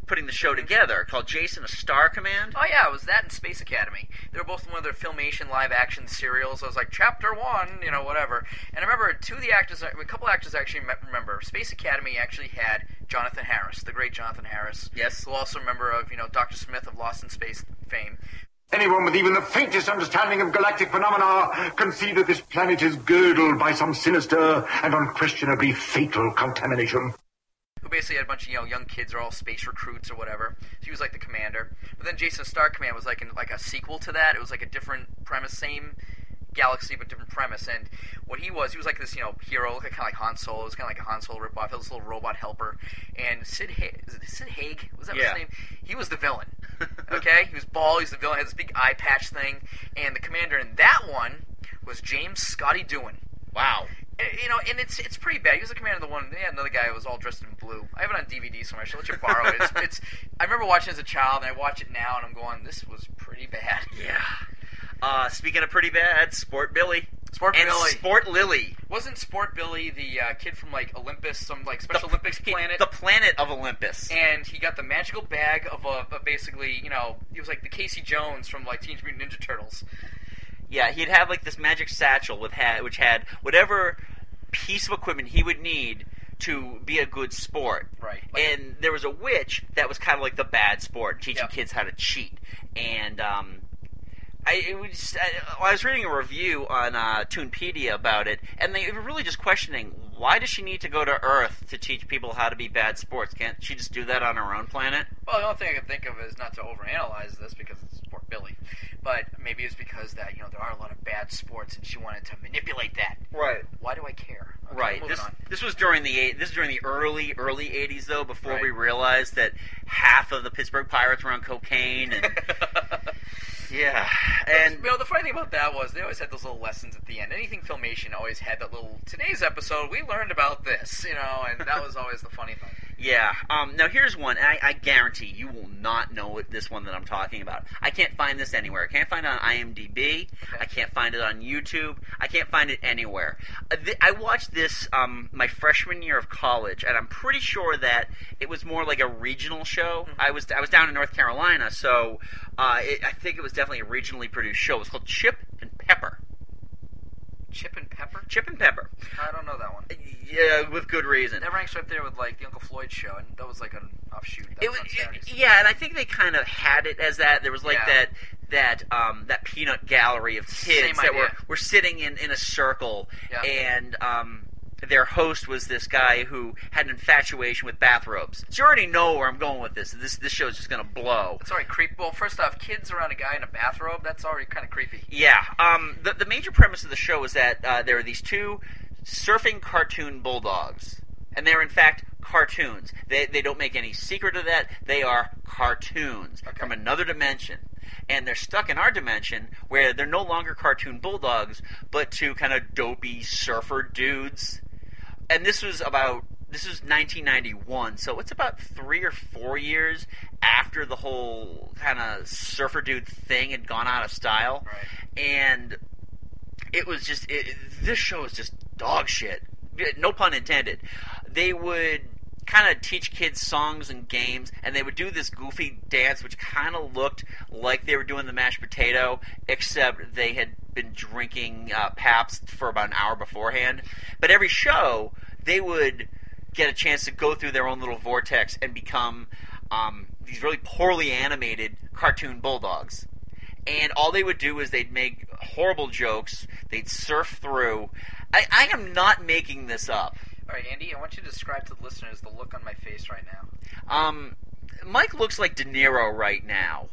putting the show together called Jason: A Star Command. oh yeah, it was that and Space Academy. They were both one of their filmation live action serials. I was like, chapter one, you know, whatever. And I remember two of the actors, a couple actors I actually me- remember. Space Academy actually had Jonathan Harris, the great Jonathan Harris. Yes. who also a member of you know Doctor Smith of Lost in Space fame. Anyone with even the faintest understanding of galactic phenomena can see that this planet is girdled by some sinister and unquestionably fatal contamination. who basically had a bunch of you know young kids are all space recruits or whatever. She was like the commander. But then Jason Star Command was like in like a sequel to that. It was like a different premise, same galaxy but different premise. And what he was, he was like this you know hero, like kind of like Han Solo. It was kind of like a Han Solo ripoff. He was this little robot helper. And Sid ha- is it Sid Haig was that Yeah. his name? He was the villain. okay, he was bald. He's the villain. Had this big eye patch thing. And the commander in that one was James Scotty Doohan. Wow. And, Eh, you know, and it's it's pretty bad. He was the commander of the one. They had another guy who was all dressed in blue. I have it on DVD somewhere. I should let you borrow it. It's, it's I remember watching it as a child, and I watch it now, and I'm going, this was pretty bad. Yeah. Uh, speaking of pretty bad, Sport Billy. Sport and Billy. Sport Lily. Wasn't Sport Billy the uh, kid from like Olympus, some like Special Olympics he- planet? The planet of Olympus. and he got the magical bag of a, of basically, you know, he was like the Casey Jones from like Teenage Mutant Ninja Turtles. yeah, he'd have like this magic satchel with ha- which had whatever piece of equipment he would need to be a good sport. Right. and there was a witch that was kind of like the bad sport, teaching Yep. kids how to cheat. And um, I, it was, I, I was reading a review on uh, Toonpedia about it, and they were really just questioning why does she need to go to Earth to teach people how to be bad sports? Can't she just do that on her own planet? Well, the only thing I can think of is not to overanalyze this because it's Sport Billy, but maybe it's because that you know there are a lot of bad sports, and she wanted to manipulate that. Right. Why do I care? Okay, Right. moving This, on. this was during the eight- this was during the early early '80s though, before Right. we realized that half of the Pittsburgh Pirates were on cocaine and yeah, And and you know, the funny thing about that was they always had those little lessons at the end. Anything filmation always had that little today's episode we learned about this, you know, and that was always the funny thing. yeah. Um, now here's one, and I, I guarantee you will not know what this one that I'm talking about. I can't find this anywhere. I can't find it on IMDb. I can't find it on YouTube. I can't find it anywhere. Uh, th- I watched this um, my freshman year of college, and I'm pretty sure that it was more like a regional show. I was I was down in North Carolina, so uh, it, I think it was definitely a regionally produced show. It was called Chip and Pepper. Chip and Pepper. Chip and Pepper. I don't know that one. Yeah, with good reason. That ranks right there with like the Uncle Floyd show, and that was like an offshoot. That it was was, on Saturdays. yeah, and I think they kind of had it as that. There was like Yeah. that that um, that peanut gallery of kids Same that were idea. were sitting in in a circle, Yeah. and um, their host was this guy who had an infatuation with bathrobes. So you already know where I'm going with this. This this show's just gonna blow. It's already creepy. Well, first off, kids around a guy in a bathrobe, that's already kind of creepy. Yeah. Um, the, the major premise of the show is that uh, there are these two surfing cartoon bulldogs, and they're in fact cartoons. They, they don't make any secret of that. They are cartoons from another dimension. And they're stuck in our dimension where they're no longer cartoon bulldogs, but two kind of dopey surfer dudes. And this was about this was 1991, so it's about three or four years after the whole kind of surfer dude thing had gone out of style Right. and it was just it, it- this show is just dog shit. No pun intended. They would kind of teach kids songs and games, and they would do this goofy dance, which kind of looked like they were doing the mashed potato, except they had been drinking uh, Paps for about an hour beforehand. But every show, they would get a chance to go through their own little vortex and become um, these really poorly animated cartoon bulldogs and all they would do is they'd make horrible jokes. They'd surf through. I, I am not making this up. All right, Andy, I want you to describe to the listeners the look on my face right now. Um, Mike looks like De Niro right now.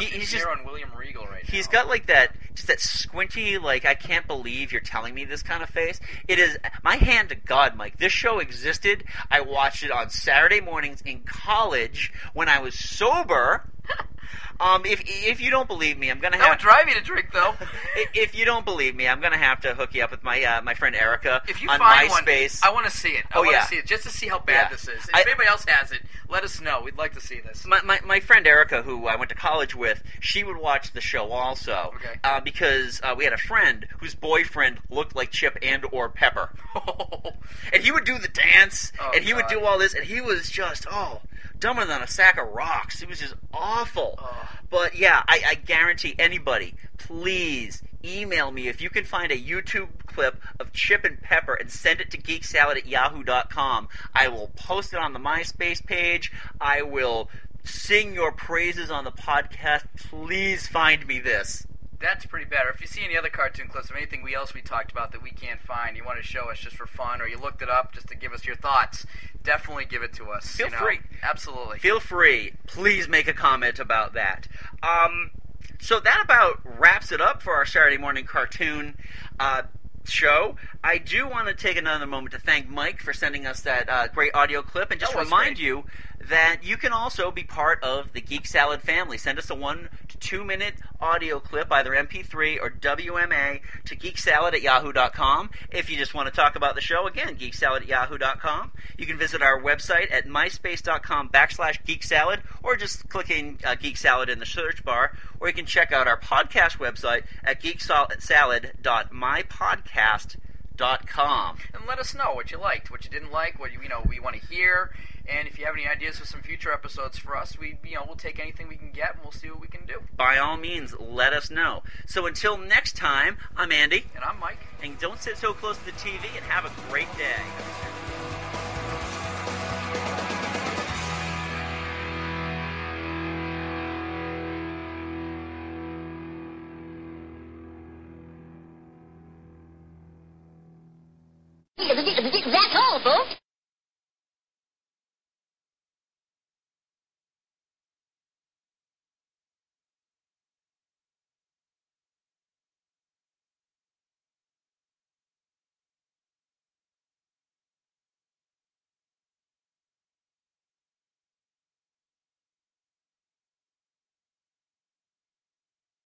He, He's, he's here just on William Regal right now. he's got like that just that squinty like I can't believe you're telling me this kind of face. It is my hand to God, Mike. This show existed. I watched it on Saturday mornings in college when I was sober. um, if if you don't believe me, I'm gonna That have would drive you to drink, though. I- if you don't believe me, I'm gonna have to hook you up with my uh, my friend Erica If you on find MySpace. one, I want to see it. I Oh, want to yeah. see it just to see how bad Yeah. this is. If I- anybody else has it, let us know. We'd like to see this. my, my, my friend Erica, who I went to college with, she would watch the show also Okay. uh, because uh, we had a friend whose boyfriend looked like Chip and or Pepper, and he would do the dance Oh, and he would God. do all this, and he was just oh dumber than a sack of rocks. He was just awful. Oh. But yeah, I, I guarantee anybody, please email me if you can find a YouTube clip of Chip and Pepper and send it to geeksalad at yahoo.com. I will post it on the MySpace page. I will sing your praises on the podcast, please find me this. That's pretty bad. Or if you see any other cartoon clips of anything we else we talked about that we can't find, you want to show us just for fun, or you looked it up just to give us your thoughts, definitely give it to us. Feel you know? free. Absolutely. Feel free. Please make a comment about that. Um, so that about wraps it up for our Saturday morning cartoon uh, show. I do want to take another moment to thank Mike for sending us that uh, great audio clip and just That was remind great. you that you can also be part of the Geek Salad family. Send us a one to two minute audio clip, either MP3 or WMA, to geeksalad at yahoo.com. If you just want to talk about the show, again, geeksalad at yahoo.com. You can visit our website at myspace.com backslash geeksalad, or just click in uh, Geek Salad in the search bar, or you can check out our podcast website at geeksalad.mypodcast.com. and let us know what you liked, what you didn't like, what you, you know we want to hear, and if you have any ideas for some future episodes for us, we you know we'll take anything we can get and we'll see what we can do. By all means, let us know. So until next time, I'm Andy. And I'm Mike. and don't sit so close to the TV and have a great day. That's all, folks.